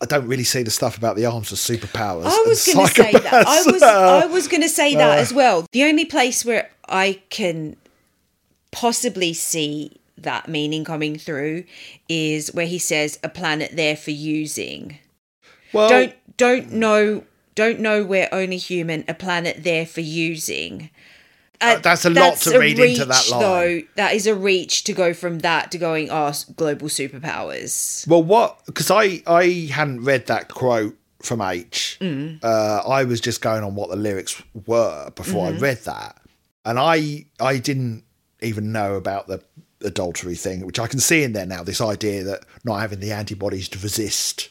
S1: I don't really see the stuff about the arms of superpowers.
S2: I was going to say that. I was I was going to say that
S1: Uh.
S2: as well. The only place where I can possibly see that meaning coming through is where he says a planet there for using.
S1: well,
S2: Don't don't know don't know we're only human, a planet there for using. Uh,
S1: that's a lot to read into that line.
S2: Though that is a reach to go from that to going, oh, s- global superpowers.
S1: Well, what? Because I I hadn't read that quote from H. Uh, I was just going on what the lyrics were before I read that, and I I didn't even know about the adultery thing, which I can see in there now. This idea that not having the antibodies to resist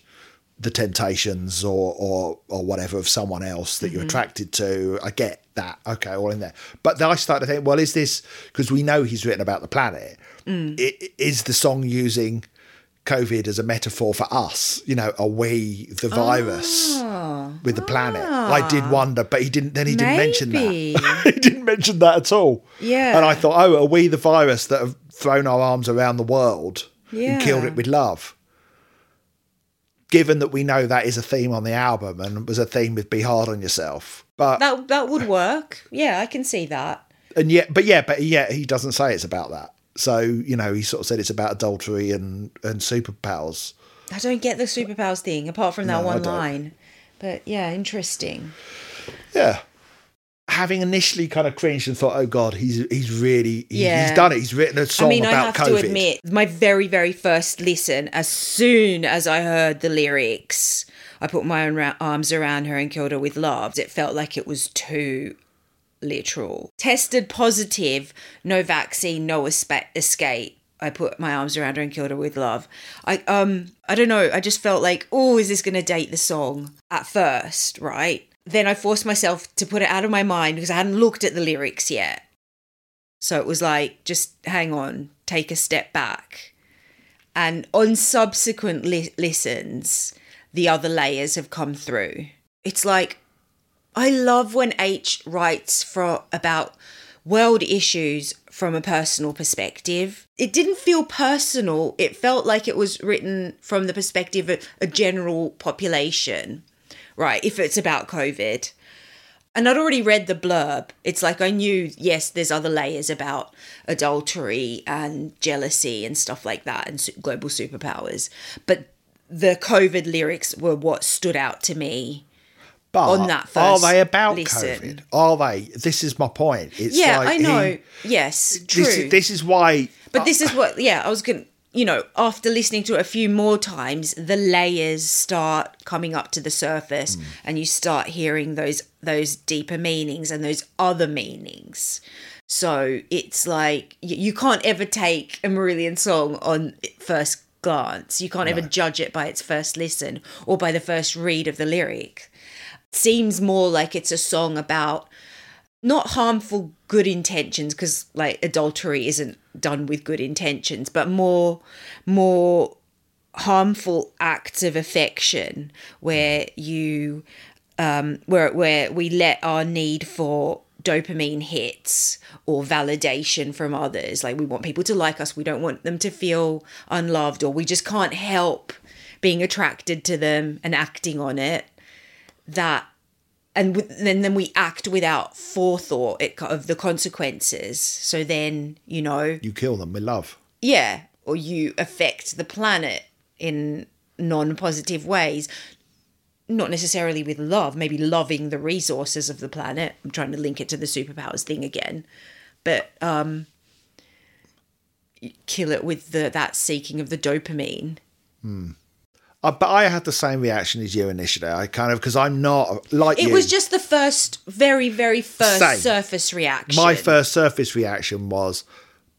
S1: the temptations or or or whatever of someone else that you're attracted to. I get that. Okay, all in there. But then I started to think, well, is this because we know he's written about the planet? I- i- Is the song using COVID as a metaphor for us? You know, are we the virus with the planet? I did wonder, but he didn't. Then he didn't mention
S2: Maybe.
S1: that. he didn't mention that at all.
S2: Yeah.
S1: And I thought, oh, are we the virus that have thrown our arms around the world and killed
S2: Yeah.
S1: it with love? given that we know that is a theme on the album and was a theme with Be Hard on Yourself. But
S2: That that would work. Yeah, I can see that.
S1: and yet but yeah, but yet he doesn't say it's about that. So, you know, he sort of said it's about adultery and and superpowers.
S2: I don't get the superpowers thing apart from that
S1: No, I
S2: one
S1: don't.
S2: line. But yeah, interesting.
S1: Yeah. Having initially kind of cringed and thought, oh God, he's he's really he-
S2: Yeah.
S1: he's done it. He's written a song
S2: I mean, I
S1: about
S2: have
S1: COVID.
S2: to admit, my very, very first listen, as soon as I heard the lyrics, I put my own ra- arms around her and killed her with love. It felt like it was too literal. Tested positive, no vaccine, no espe- escape. I put my arms around her and killed her with love. I um I don't know, I just felt like, oh, is this going to date the song at first, right? Then I forced myself to put it out of my mind because I hadn't looked at the lyrics yet. So it was like, just hang on, take a step back. And on subsequent li- listens, the other layers have come through. It's like, I love when H writes for about world issues from a personal perspective. It didn't feel personal, it felt like it was written from the perspective of a general population, right? If it's about COVID and I'd already read the blurb. It's like I knew, yes, there's other layers about adultery and jealousy and stuff like that and su- global superpowers. But the COVID lyrics were what stood out to me.
S1: but
S2: on that
S1: are
S2: first
S1: they about
S2: listen. COVID?
S1: COVID? Are they? This is my point. It's
S2: Yeah,
S1: like
S2: I know.
S1: he-
S2: yes, true.
S1: this, this is why
S2: but this is what, yeah, I was going to, you know, after listening to it a few more times, the layers start coming up to the surface and you start hearing those those deeper meanings and those other meanings. So it's like y- you can't ever take a Marillion song on first glance. You can't ever judge it by its first listen or by the first read of the lyric. Seems more like it's a song about not harmful good intentions because like adultery isn't done with good intentions, but more more harmful acts of affection where you um, where where we let our need for dopamine hits or validation from others like we want people to like us we don't want them to feel unloved or we just can't help being attracted to them and acting on it that and with, then then we act without forethought it, of the consequences so then you know
S1: You kill them with love.
S2: yeah or you affect the planet in non-positive ways not necessarily with love maybe loving the resources of the planet i'm trying to link it to the superpowers thing again but um you kill it with the that seeking of the dopamine
S1: Uh, but I had the same reaction as you initially. I kind of because I'm not like
S2: it
S1: you.
S2: was just the first very very first
S1: Same.
S2: surface reaction
S1: my first surface reaction was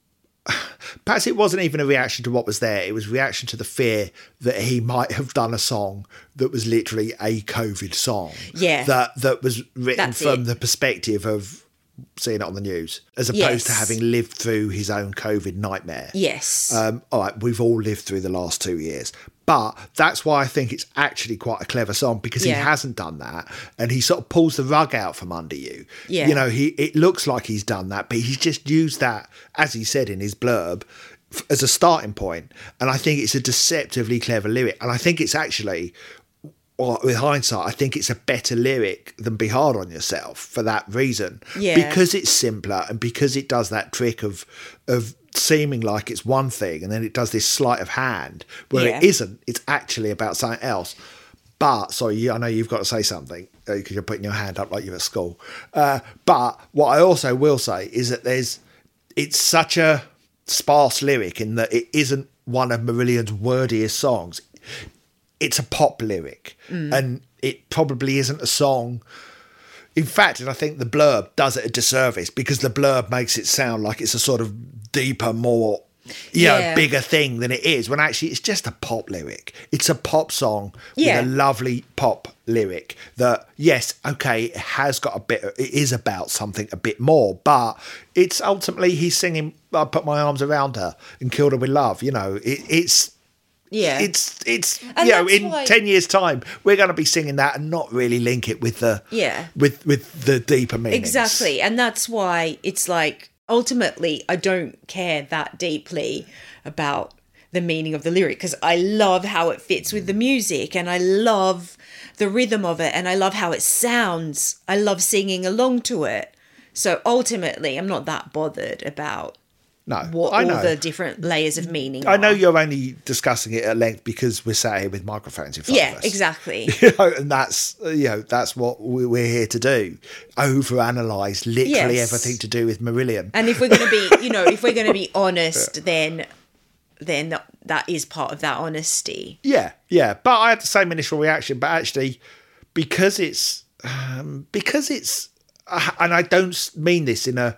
S1: perhaps it wasn't even a reaction to what was there it was reaction to the fear that he might have done a song that was literally a covid song
S2: Yeah.
S1: that that was written
S2: That's
S1: from
S2: it.
S1: the perspective of seeing it on the news as opposed to
S2: Yes.
S1: having lived through his own covid nightmare
S2: yes
S1: um, all right, we've all lived through the last two years. But that's why I think it's actually quite a clever song because he
S2: Yeah.
S1: hasn't done that and he sort of pulls the rug out from under you.
S2: Yeah.
S1: You know, he it looks like he's done that, but he's just used that, as he said in his blurb, f- as a starting point. And I think it's a deceptively clever lyric. And I think it's actually, well, with hindsight, I think it's a better lyric than Be Hard on Yourself for that reason.
S2: Yeah.
S1: Because because it's simpler and because it does that trick of of seeming like it's one thing and then it does this sleight of hand where it
S2: Yeah.
S1: isn't it's actually about something else but sorry you, i know you've got to say something because you're putting your hand up like you're at school uh, but what i also will say is that there's it's such a sparse lyric in that it isn't one of marillion's wordiest songs it's a pop lyric
S2: Mm.
S1: and it probably isn't a song in fact, and I think the blurb does it a disservice because the blurb makes it sound like it's a sort of deeper, more, you know,
S2: Yeah.
S1: bigger thing than it is. When actually, it's just a pop lyric. It's a pop song
S2: Yeah.
S1: with a lovely pop lyric that, yes, okay, it has got a bit. It is about something a bit more, but it's ultimately he's singing. I put my arms around her and killed her with love. You know, it, it's
S2: yeah
S1: it's it's
S2: And
S1: you know
S2: that's
S1: in
S2: why-
S1: 10 years time we're going to be singing that and not really link it with the
S2: Yeah.
S1: with with the deeper meanings
S2: Exactly. And that's why it's like ultimately I don't care that deeply about the meaning of the lyric because I love how it fits with the music and I love the rhythm of it and I love how it sounds. I love singing along to it. So ultimately, I'm not that bothered about
S1: no
S2: what
S1: i
S2: all
S1: know
S2: the different layers of meaning.
S1: i know
S2: are.
S1: you're only discussing it at length because we're sat here with microphones in front of
S2: Yeah,
S1: us
S2: exactly.
S1: you know, and that's you know that's what we- we're here to do overanalyze literally
S2: Yes.
S1: everything to do with marillion
S2: and if we're going to be, you know, if we're going to be honest, then then that, that is part of that honesty.
S1: Yeah, yeah. But I had the same initial reaction. But actually, because it's um, because it's, I- and I don't s- mean this in a,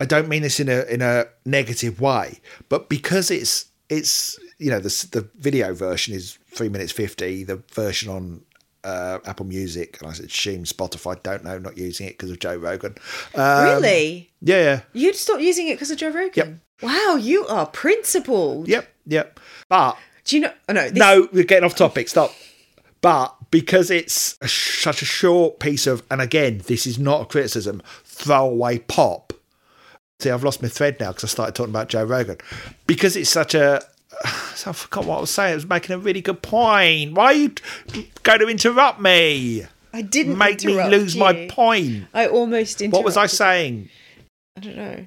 S1: I don't mean this in a in a negative way. But because it's it's you know the s- the video version is three minutes fifty. The version on. Uh, Apple Music, and I assume Spotify. Don't know, not using it because of Joe Rogan. Uh,
S2: Really?
S1: yeah, yeah.
S2: You'd stopped using it because of Joe Rogan?
S1: Yep.
S2: Wow, you are principled.
S1: yep, yep. But
S2: Do you know? Oh, no. This,
S1: no, we're getting off topic. Stop. But because it's a, sh- such a short piece of, and again, this is not a criticism, throwaway pop. See, I've lost my thread now because I started talking about Joe Rogan. Because it's such a, I forgot what I was saying. I was making a really good point. Why are you t- going to interrupt me?
S2: I didn't
S1: Make me
S2: interrupt
S1: lose my
S2: you.
S1: point.
S2: I almost interrupted.
S1: What was I saying?
S2: I don't know.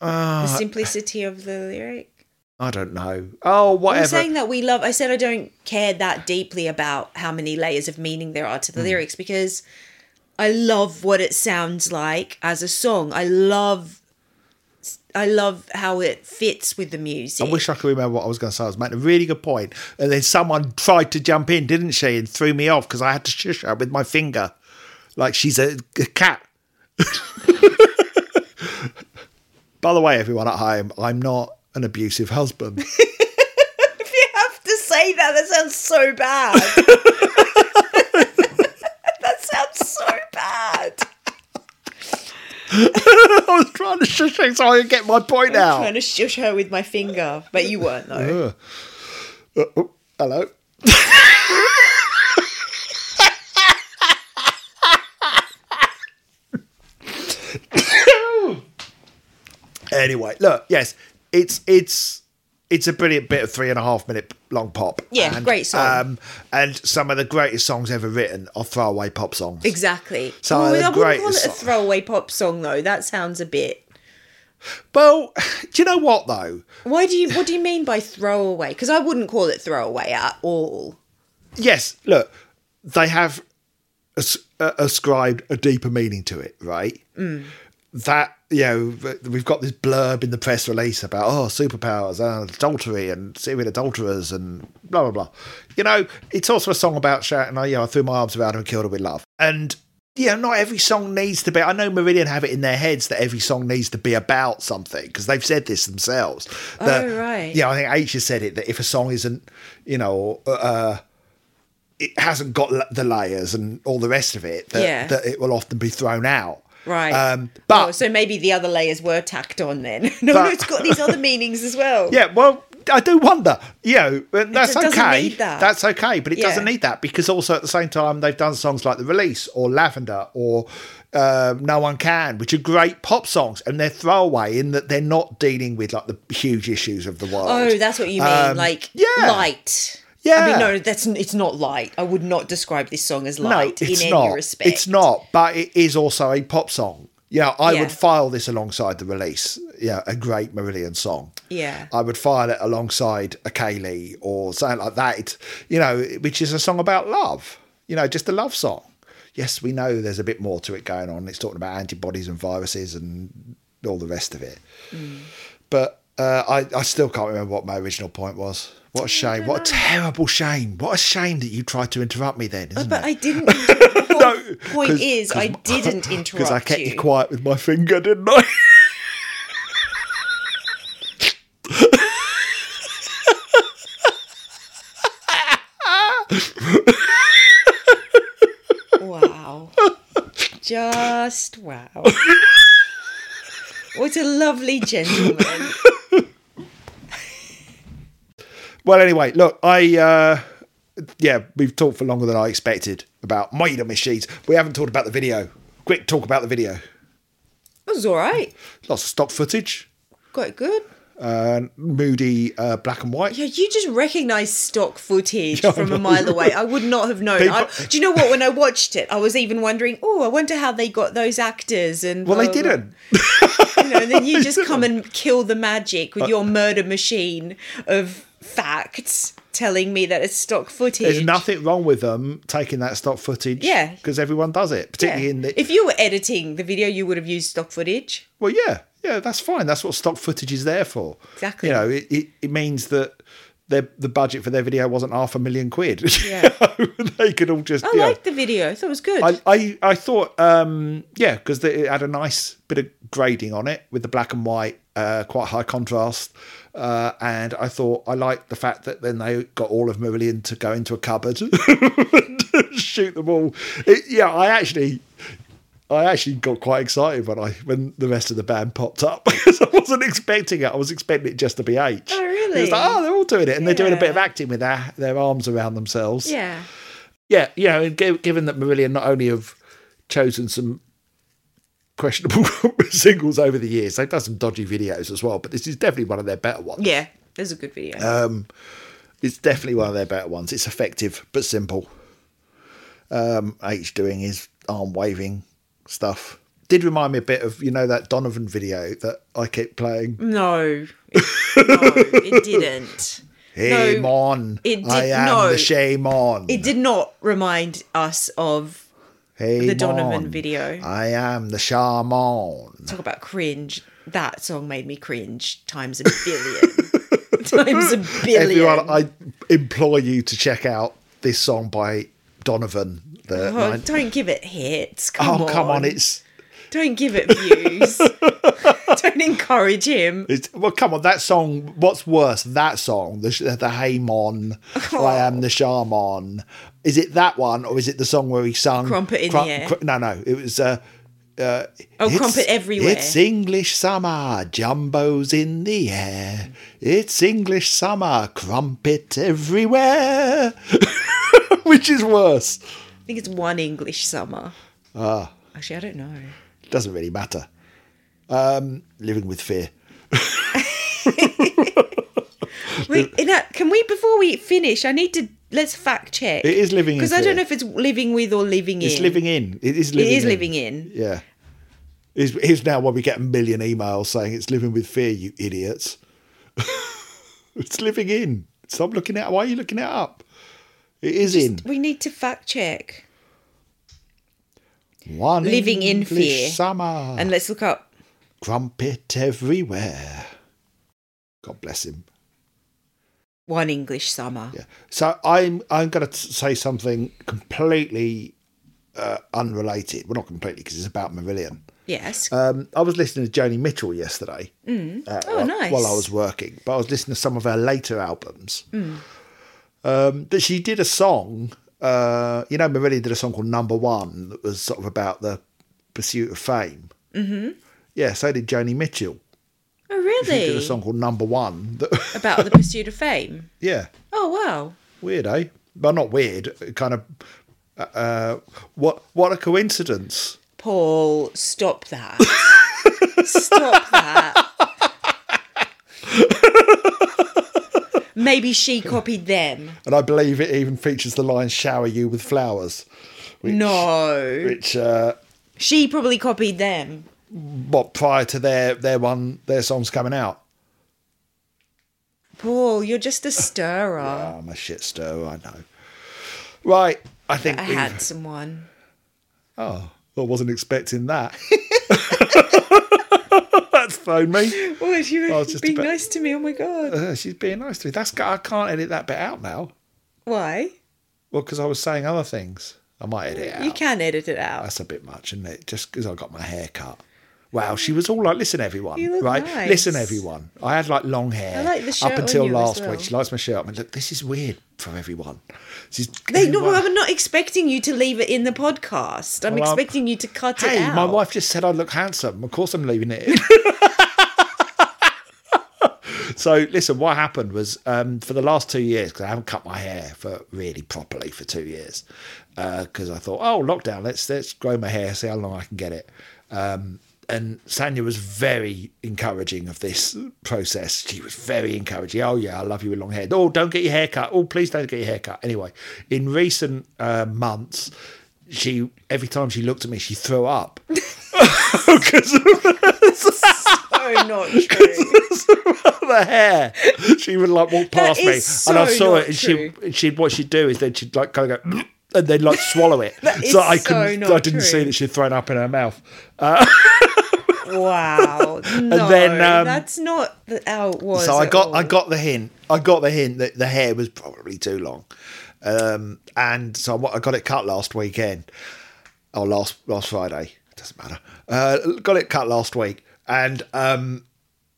S1: Uh,
S2: The simplicity of the lyric.
S1: I don't know. Oh,
S2: I'm
S1: whatever.
S2: saying that we love. I said I don't care that deeply about how many layers of meaning there are to the
S1: Hmm.
S2: lyrics because I love what it sounds like as a song. I love. I love how it fits with the music.
S1: I wish I could remember what I was going to say. I was making a really good point, and then someone tried to jump in, didn't she, and threw me off because I had to shush her with my finger, like she's a, a cat. By the way, everyone at home, I'm not an abusive husband.
S2: say that. That sounds so bad. that sounds so bad.
S1: I was trying to shush her so I could get my point
S2: I'm
S1: out.
S2: trying to shush her with my finger, but you weren't though.
S1: Oh, hello. anyway, look, yes, it's it's it's a brilliant bit of three and a half minute long pop.
S2: Yeah,
S1: and,
S2: great song.
S1: Um, and some of the greatest songs ever written are throwaway pop songs.
S2: Exactly.
S1: So
S2: Well,
S1: the
S2: I wouldn't call
S1: greatest
S2: it a
S1: song.
S2: throwaway pop song though. That sounds a bit.
S1: well, do you know what though?
S2: Why do you? What do you mean by throwaway? Because I wouldn't call it throwaway at all.
S1: yes, look, they have as- uh, ascribed a deeper meaning to it, right? That you know, we've got this blurb in the press release about oh, superpowers, uh, adultery, and serial adulterers, and blah blah blah. You know, it's also a song about shouting, "Oh, yeah, I threw my arms around her and killed her with love." And yeah, not every song needs to be. I know Meridian have it in their heads that every song needs to be about something because they've said this themselves. That,
S2: right.
S1: Yeah, I think H has said it that if a song isn't, you know, uh, it hasn't got l- the layers and all the rest of it that,
S2: Yeah.
S1: that it will often be thrown out.
S2: Right.
S1: Um,
S2: oh,
S1: but
S2: so maybe the other layers were tacked on then. no, no,
S1: But-
S2: it's got these other meanings as well.
S1: yeah, well, I do wonder. You know, and that's
S2: doesn't
S1: okay.
S2: need that.
S1: That's okay, but it
S2: Yeah.
S1: doesn't need that because also at the same time they've done songs like The Release or Lavender or um, No One Can, which are great pop songs, and they're throwaway in that they're not dealing with like the huge issues of the world.
S2: Oh, that's what you mean.
S1: Um,
S2: like
S1: yeah.
S2: light. I
S1: Yeah.
S2: mean, no, that's n- it's not light. I would not describe this song as light in any
S1: not.
S2: respect.
S1: It's not, but it is also a pop song. Yeah, I
S2: Yeah.
S1: would file this alongside the release. Yeah, a great Marillion song.
S2: Yeah.
S1: I would file it alongside a Kaylee or something like that. It's, you know, which is a song about love. You know, just a love song. Yes, we know there's a bit more to it going on. It's talking about antibodies and viruses and all the rest of it.
S2: Mm.
S1: But uh, I, I still can't remember what my original point was. What a shame. What a terrible shame. What a shame that you tried to interrupt me then, isn't
S2: But
S1: it?
S2: I didn't. The whole point
S1: 'cause-
S2: is, I didn't interrupt
S1: Because I kept you. quiet with my finger, didn't I?
S2: Wow. Just wow. What a lovely gentleman.
S1: well, anyway, look, I. Uh, yeah, we've talked for longer than I expected about Mighty Machines. We haven't talked about the video. Quick talk about the video.
S2: It was all right.
S1: Lots of stock footage,
S2: Quite good.
S1: uh, moody uh, black and white.
S2: Yeah, you just recognise stock footage
S1: Yeah, I
S2: from
S1: know.
S2: a mile away. I would not have known. I,
S1: People-
S2: do you know what? When I watched it, I was even wondering, oh, I wonder how they got those actors. And
S1: well, they
S2: blah, blah, blah.
S1: didn't.
S2: You know, and then you just come and kill the magic with
S1: Uh,
S2: your murder machine of facts, telling me that it's stock footage.
S1: There's nothing wrong with them taking that stock footage.
S2: Yeah.
S1: Because everyone does it,
S2: Yeah.
S1: particularly in the.
S2: If you were editing the video, you would have used stock footage.
S1: Well, yeah, yeah, that's fine. That's what stock footage is there for.
S2: Exactly.
S1: You know, it, it, it means that their the budget for their video wasn't half a million quid.
S2: Yeah.
S1: they could all just.
S2: I
S1: you know,
S2: liked the video. I thought it was good.
S1: I, I, I thought, um, yeah, because it had a nice bit of grading on it with the black and white, uh, quite high contrast. Uh, and I thought I liked the fact that then they got all of Marillion to go into a cupboard and shoot them all. It, yeah, I actually. I actually got quite excited when I when the rest of the band popped up because I wasn't expecting it. I was expecting it just to be H.
S2: Oh, really?
S1: It was like, oh, they're all doing it, and they're doing a bit of
S2: Yeah.
S1: acting with their their arms around themselves
S2: yeah.
S1: yeah, you know, and gi- given that Marillion not only have chosen some questionable singles over the years, they've done some dodgy videos as well, but this is definitely one of their better ones.
S2: Yeah. It was a good video.
S1: Uh, It's definitely one of their better ones. It's effective but simple. Um, H doing his arm waving stuff. Did remind me a bit of, you know, that Donovan video that I kept playing.
S2: no. It, no, it didn't.
S1: Hey,
S2: no,
S1: Mon.
S2: it did-
S1: I am
S2: no.
S1: the Shaman.
S2: It did not remind us of
S1: Hey,
S2: the Donovan
S1: Mon,
S2: video.
S1: I am the Shaman.
S2: talk about cringe. That song made me cringe times a billion. times a billion.
S1: Everyone, I implore you to check out this song by Donovan. The
S2: Oh,
S1: nine-
S2: don't give it hits. Come
S1: oh,
S2: on.
S1: come on! It's
S2: Don't give it views. Don't encourage him.
S1: It's, well, come on, that song. What's worse, that song, the sh- the Haymon, I am the shaman. Is it that one, or is it the song where he sung
S2: Crumpet in
S1: Crum-
S2: the air.
S1: cru- no, no, it was. Uh, uh,
S2: Oh,
S1: it's-
S2: crumpet everywhere.
S1: It's English summer, jumbos in the air. It's English summer, crumpet everywhere. Which is worse?
S2: I think it's one English summer. Ah. Actually, I don't know.
S1: Doesn't really matter. Um, living with fear.
S2: Wait, in a, can we before we finish? I need to let's fact check.
S1: It is living in
S2: because I
S1: fear.
S2: don't know if it's living with or living in.
S1: It's living in. It is living.
S2: It is
S1: in.
S2: living in.
S1: Yeah. Here's, here's now why we get a million emails saying it's living with fear, you idiots. it's living in. Stop looking at. Why are you looking it up? It is
S2: We need to fact check
S1: in. One
S2: Living in
S1: English
S2: fear.
S1: Summer.
S2: and let's look up.
S1: Crumpet everywhere. God bless him.
S2: One English summer.
S1: Yeah. So I'm I'm going to say something completely uh, unrelated. Well, not completely because it's about Marillion.
S2: Yes.
S1: Um, I was listening to Joni Mitchell yesterday. uh,
S2: Oh,
S1: while,
S2: nice.
S1: While I was working, but I was listening to some of her later albums.
S2: Mm.
S1: Um, that she did a song. Uh, you know, Marillion did a song called Number One that was sort of about the pursuit of fame. Mm-hmm. Yeah, so did Joni Mitchell.
S2: oh,
S1: She did a
S2: really?
S1: song called Number One. That,
S2: About the pursuit of fame.
S1: yeah,
S2: Oh, wow.
S1: weird, eh? Well, not weird. Kind of. Uh, what what a coincidence!
S2: Paul, stop that. stop that. Maybe she copied them.
S1: And I believe it even features the line "Shower you with flowers," which,
S2: No.
S1: which uh,
S2: She probably copied them.
S1: what prior to their their one their songs coming out.
S2: Paul, you're just a stirrer.
S1: I'm a Ah, shit stir, I know. Right, I think.
S2: A
S1: we-
S2: handsome one.
S1: oh, I wasn't expecting that. That's phoned me.
S2: Oh, you
S1: I
S2: were
S1: was just
S2: being
S1: about-
S2: nice to me. Oh my god.
S1: Uh, she's being nice to me. That's I can't edit that bit out now.
S2: Why?
S1: Well, because I was saying other things. I might edit it out.
S2: You can edit it out.
S1: That's a bit much, isn't it? Just because I got my hair cut. Wow, she was all like, listen, everyone,
S2: Mm. You look
S1: right?
S2: nice.
S1: Listen, everyone. I had like long hair
S2: I like the shirt
S1: up
S2: on
S1: until
S2: you as
S1: last
S2: well.
S1: week. She likes my shirt. I mean, look, this is weird for everyone. This is-
S2: They, no,
S1: everyone-
S2: I'm not expecting you to leave it in the podcast. I'm
S1: Well, I'm-
S2: expecting you to cut it
S1: Hey,
S2: out.
S1: my wife just said I look handsome. Of course, I'm leaving it. in. so, listen, what happened was um, for the last two years, because I haven't cut my hair for really properly for two years, because I thought, oh, lockdown, let's let's grow my hair, see how long I can get it. Um, and Sanya was very encouraging of this process. She was very encouraging. Oh yeah, I love you with long hair. Oh, don't get your hair cut. Oh, please don't get your hair cut. Anyway, in recent uh, months, she every time she looked at me, she threw up. 'Cause
S2: so not true.
S1: the hair. She would like walk past me,
S2: is
S1: and I
S2: so
S1: saw
S2: not
S1: it. And
S2: true.
S1: she, she'd what she'd do is then she'd like kind of go, and then like swallow it.
S2: That is
S1: so I
S2: so
S1: couldn't,
S2: not
S1: I didn't see
S2: true.
S1: that she'd thrown up in her mouth.
S2: Wow. No,
S1: then, um,
S2: that's not the, how it was.
S1: So I
S2: at
S1: got,
S2: all.
S1: I got the hint. I got the hint that the hair was probably too long, um, and so what- I got it cut last weekend, or last last Friday. Doesn't matter. Uh, got it cut last week, and um,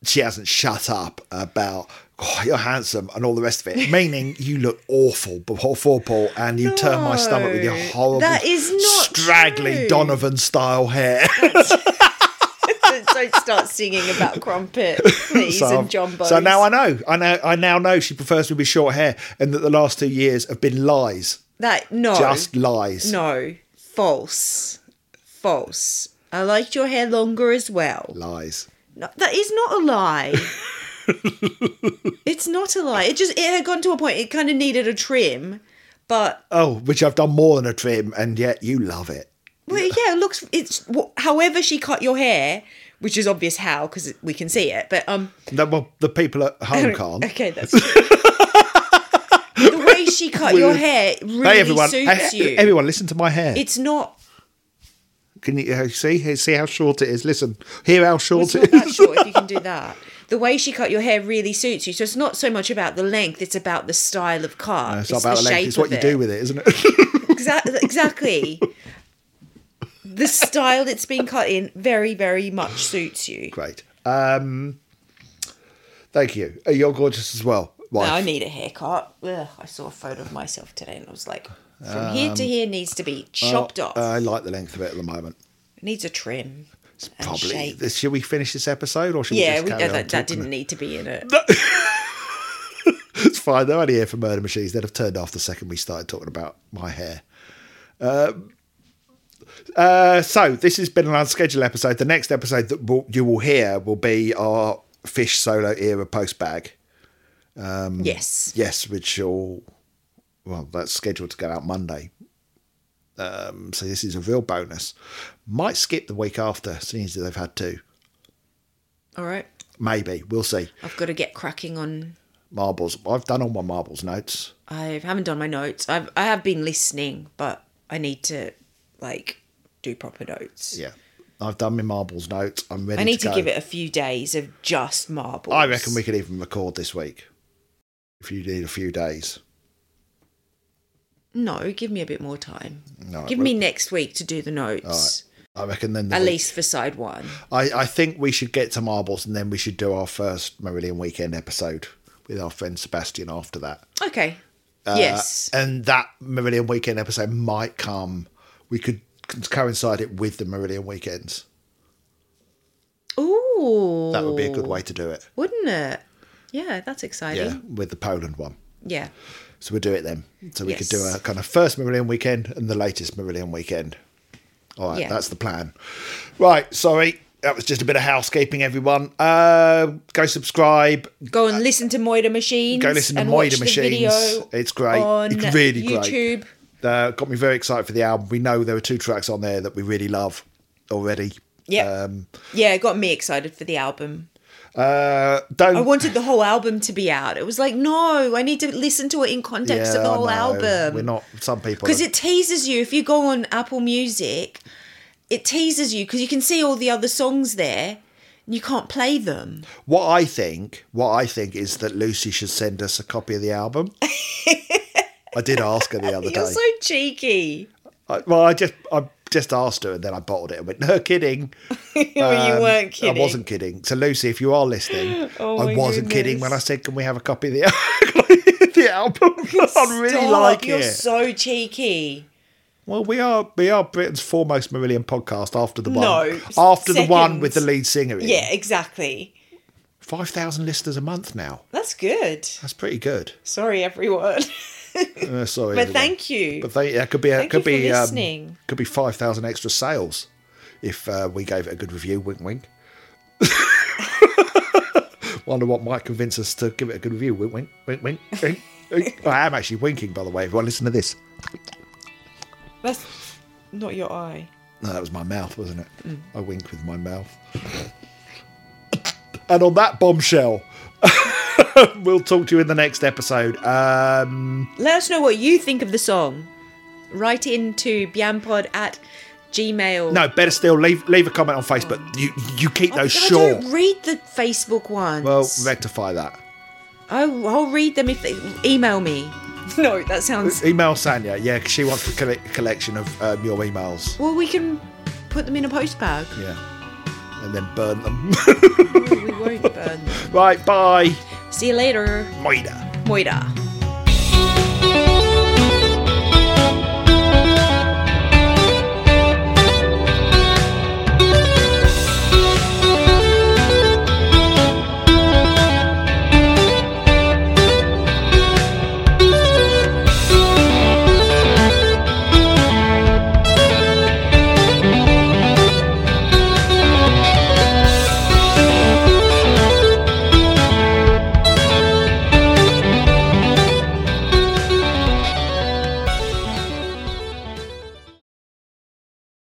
S1: she hasn't shut up about oh, you're handsome and all the rest of it. Meaning you look awful before Paul, and you turn my stomach with your
S2: No,
S1: horrible,
S2: that is not
S1: straggly
S2: true.
S1: Donovan style hair.
S2: Don't start singing about crumpet, please,
S1: so,
S2: and jumbo.
S1: so now I know. I know. I now know she prefers me with short hair, and that the last two years have been lies,
S2: that no,
S1: just lies.
S2: no, false, false. I liked your hair longer as well.
S1: Lies.
S2: No, that is not a lie. it's not a lie. It just it had gone to a point. It kind of needed a trim, but
S1: Oh, which I've done more than a trim, and yet you love it.
S2: well, yeah, it looks. It's wh- however she cut your hair, which is obvious how because we can see it. But um,
S1: The, well, the people at home can't.
S2: Okay, that's true. the way she cut your
S1: Weird.
S2: hair really
S1: Hey everyone!
S2: suits
S1: Hey,
S2: you.
S1: Everyone, listen to my hair.
S2: it's not,
S1: Can you uh, see? See how short it is. Listen, hear how short
S2: it's
S1: it
S2: not
S1: is.
S2: that short if you can do that. The way she cut your hair really suits you. So it's not so much about the length; it's about the style of cut.
S1: It's not about the length.
S2: shape
S1: It's what
S2: of
S1: you
S2: it.
S1: do with it, isn't it?
S2: Exactly. exactly. the style it's been cut in very, very much suits you.
S1: Great. Um, thank you. Uh, You're gorgeous as well. Wife.
S2: No, I need a haircut. Ugh, I saw a photo of myself today and I was like, from here
S1: Um,
S2: to here needs to be chopped
S1: Oh,
S2: off.
S1: I like the length of it at the moment.
S2: it needs a trim.
S1: It's
S2: and
S1: probably.
S2: shape.
S1: Should we finish this episode or should
S2: Yeah,
S1: we
S2: we,
S1: just
S2: uh,
S1: carry on
S2: that, that
S1: talking?
S2: didn't need to be in it.
S1: It's fine. They're only here for murder machines. They'd have turned off the second we started talking about my hair. Um, uh, so this has been an unscheduled episode. The next episode that will, you will hear will be our fish solo era post bag.
S2: Um, yes.
S1: Yes, which will. Well, that's scheduled to go out Monday. Um, so this is a real bonus. Might skip the week after, seeing as they've had two.
S2: All right.
S1: Maybe we'll see.
S2: I've got to get cracking on.
S1: Marbles. I've done all my marbles notes.
S2: I haven't done my notes. I've I have been listening, but I need to like do proper notes.
S1: Yeah, I've done my marbles notes. I'm ready.
S2: I need to,
S1: go.
S2: give it a few days of just marbles.
S1: I reckon we could even record this week if you need a few days.
S2: No, give me a bit more time.
S1: All
S2: give
S1: right,
S2: me next week to do the notes.
S1: I reckon then. The
S2: At
S1: week-
S2: least for side one.
S1: I, I think we should get to marbles and then we should do our first Meridian weekend episode with our friend Sebastian after that.
S2: Okay.
S1: Uh,
S2: yes.
S1: And that Meridian weekend episode might come. We could coincide it with the Meridian weekends.
S2: Ooh.
S1: That would be a good way to do it.
S2: Wouldn't it? Yeah, that's exciting.
S1: Yeah, with the Poland one.
S2: Yeah.
S1: So we'll do it then. So we could do
S2: Yes.
S1: a kind of first Marillion weekend and the latest Marillion weekend. All right,
S2: Yeah.
S1: that's the plan. Right, sorry. That was just a bit of housekeeping, everyone. Uh, go subscribe.
S2: Go and listen to Moida Machines.
S1: Uh, Go listen to
S2: and watch
S1: Moida
S2: the
S1: Machines.
S2: video
S1: It's great.
S2: On
S1: It's really
S2: YouTube.
S1: great. Uh, got me very excited for the album. We know there are two tracks on there that we really love already.
S2: Yeah.
S1: Um,
S2: Yeah, it got me excited for the album.
S1: uh, don't.
S2: I wanted the whole album to be out. It was like, no, I need to listen to it in context of the
S1: I
S2: whole
S1: know.
S2: album.
S1: We're not. Some people.
S2: because it teases you if you go on apple music it teases you because you can see all the other songs there and you can't play them
S1: What I think, what I think is that Lucy should send us a copy of the album. I did ask her the other day.
S2: you're so cheeky
S1: I, well, I just, I just asked her, and then I bottled it and went, "No kidding."
S2: you
S1: Um,
S2: weren't kidding
S1: I wasn't kidding. So, Lucy, if you are listening,
S2: Oh
S1: I
S2: my
S1: wasn't kidding
S2: goodness.
S1: when I said, "Can we have a copy of the, can I hear the album?" I really
S2: Stop,
S1: like
S2: you're
S1: it.
S2: so cheeky
S1: well, we are we are Britain's foremost Marillion podcast after the one
S2: No,
S1: after the one
S2: second.
S1: with the lead singer. in.
S2: yeah exactly
S1: five thousand listeners a month now.
S2: that's good
S1: That's pretty good.
S2: sorry everyone
S1: Uh, sorry,
S2: but
S1: everyone.
S2: thank you
S1: But they, that could be a,
S2: Thank
S1: could
S2: you for
S1: be um,
S2: listening.
S1: could be five thousand extra sales if uh, we gave it a good review. Wink, wink. Wonder what might convince us to give it a good review. Wink, wink, wink, wink. wink, wink. I am actually winking, by the way. Everyone, listen to this.
S2: that's not your eye
S1: No, that was my mouth, wasn't it?
S2: Mm.
S1: I wink with my mouth. and on that bombshell, we'll talk to you in the next episode. Um,
S2: let us know what you think of the song write into biampod at gmail
S1: no, better still, leave leave a comment on Facebook. You you keep
S2: Oh, I
S1: those short.
S2: don't read the Facebook ones.
S1: Well, rectify that.
S2: I'll, I'll read them if they email me. No, that sounds.
S1: Email Sanya, yeah, 'cause she wants a colle- collection of um, your emails.
S2: Well, we can put them in a post bag.
S1: Yeah. And then burn them.
S2: we won't burn them.
S1: right, bye.
S2: See you later,
S1: Moida.
S2: Moira.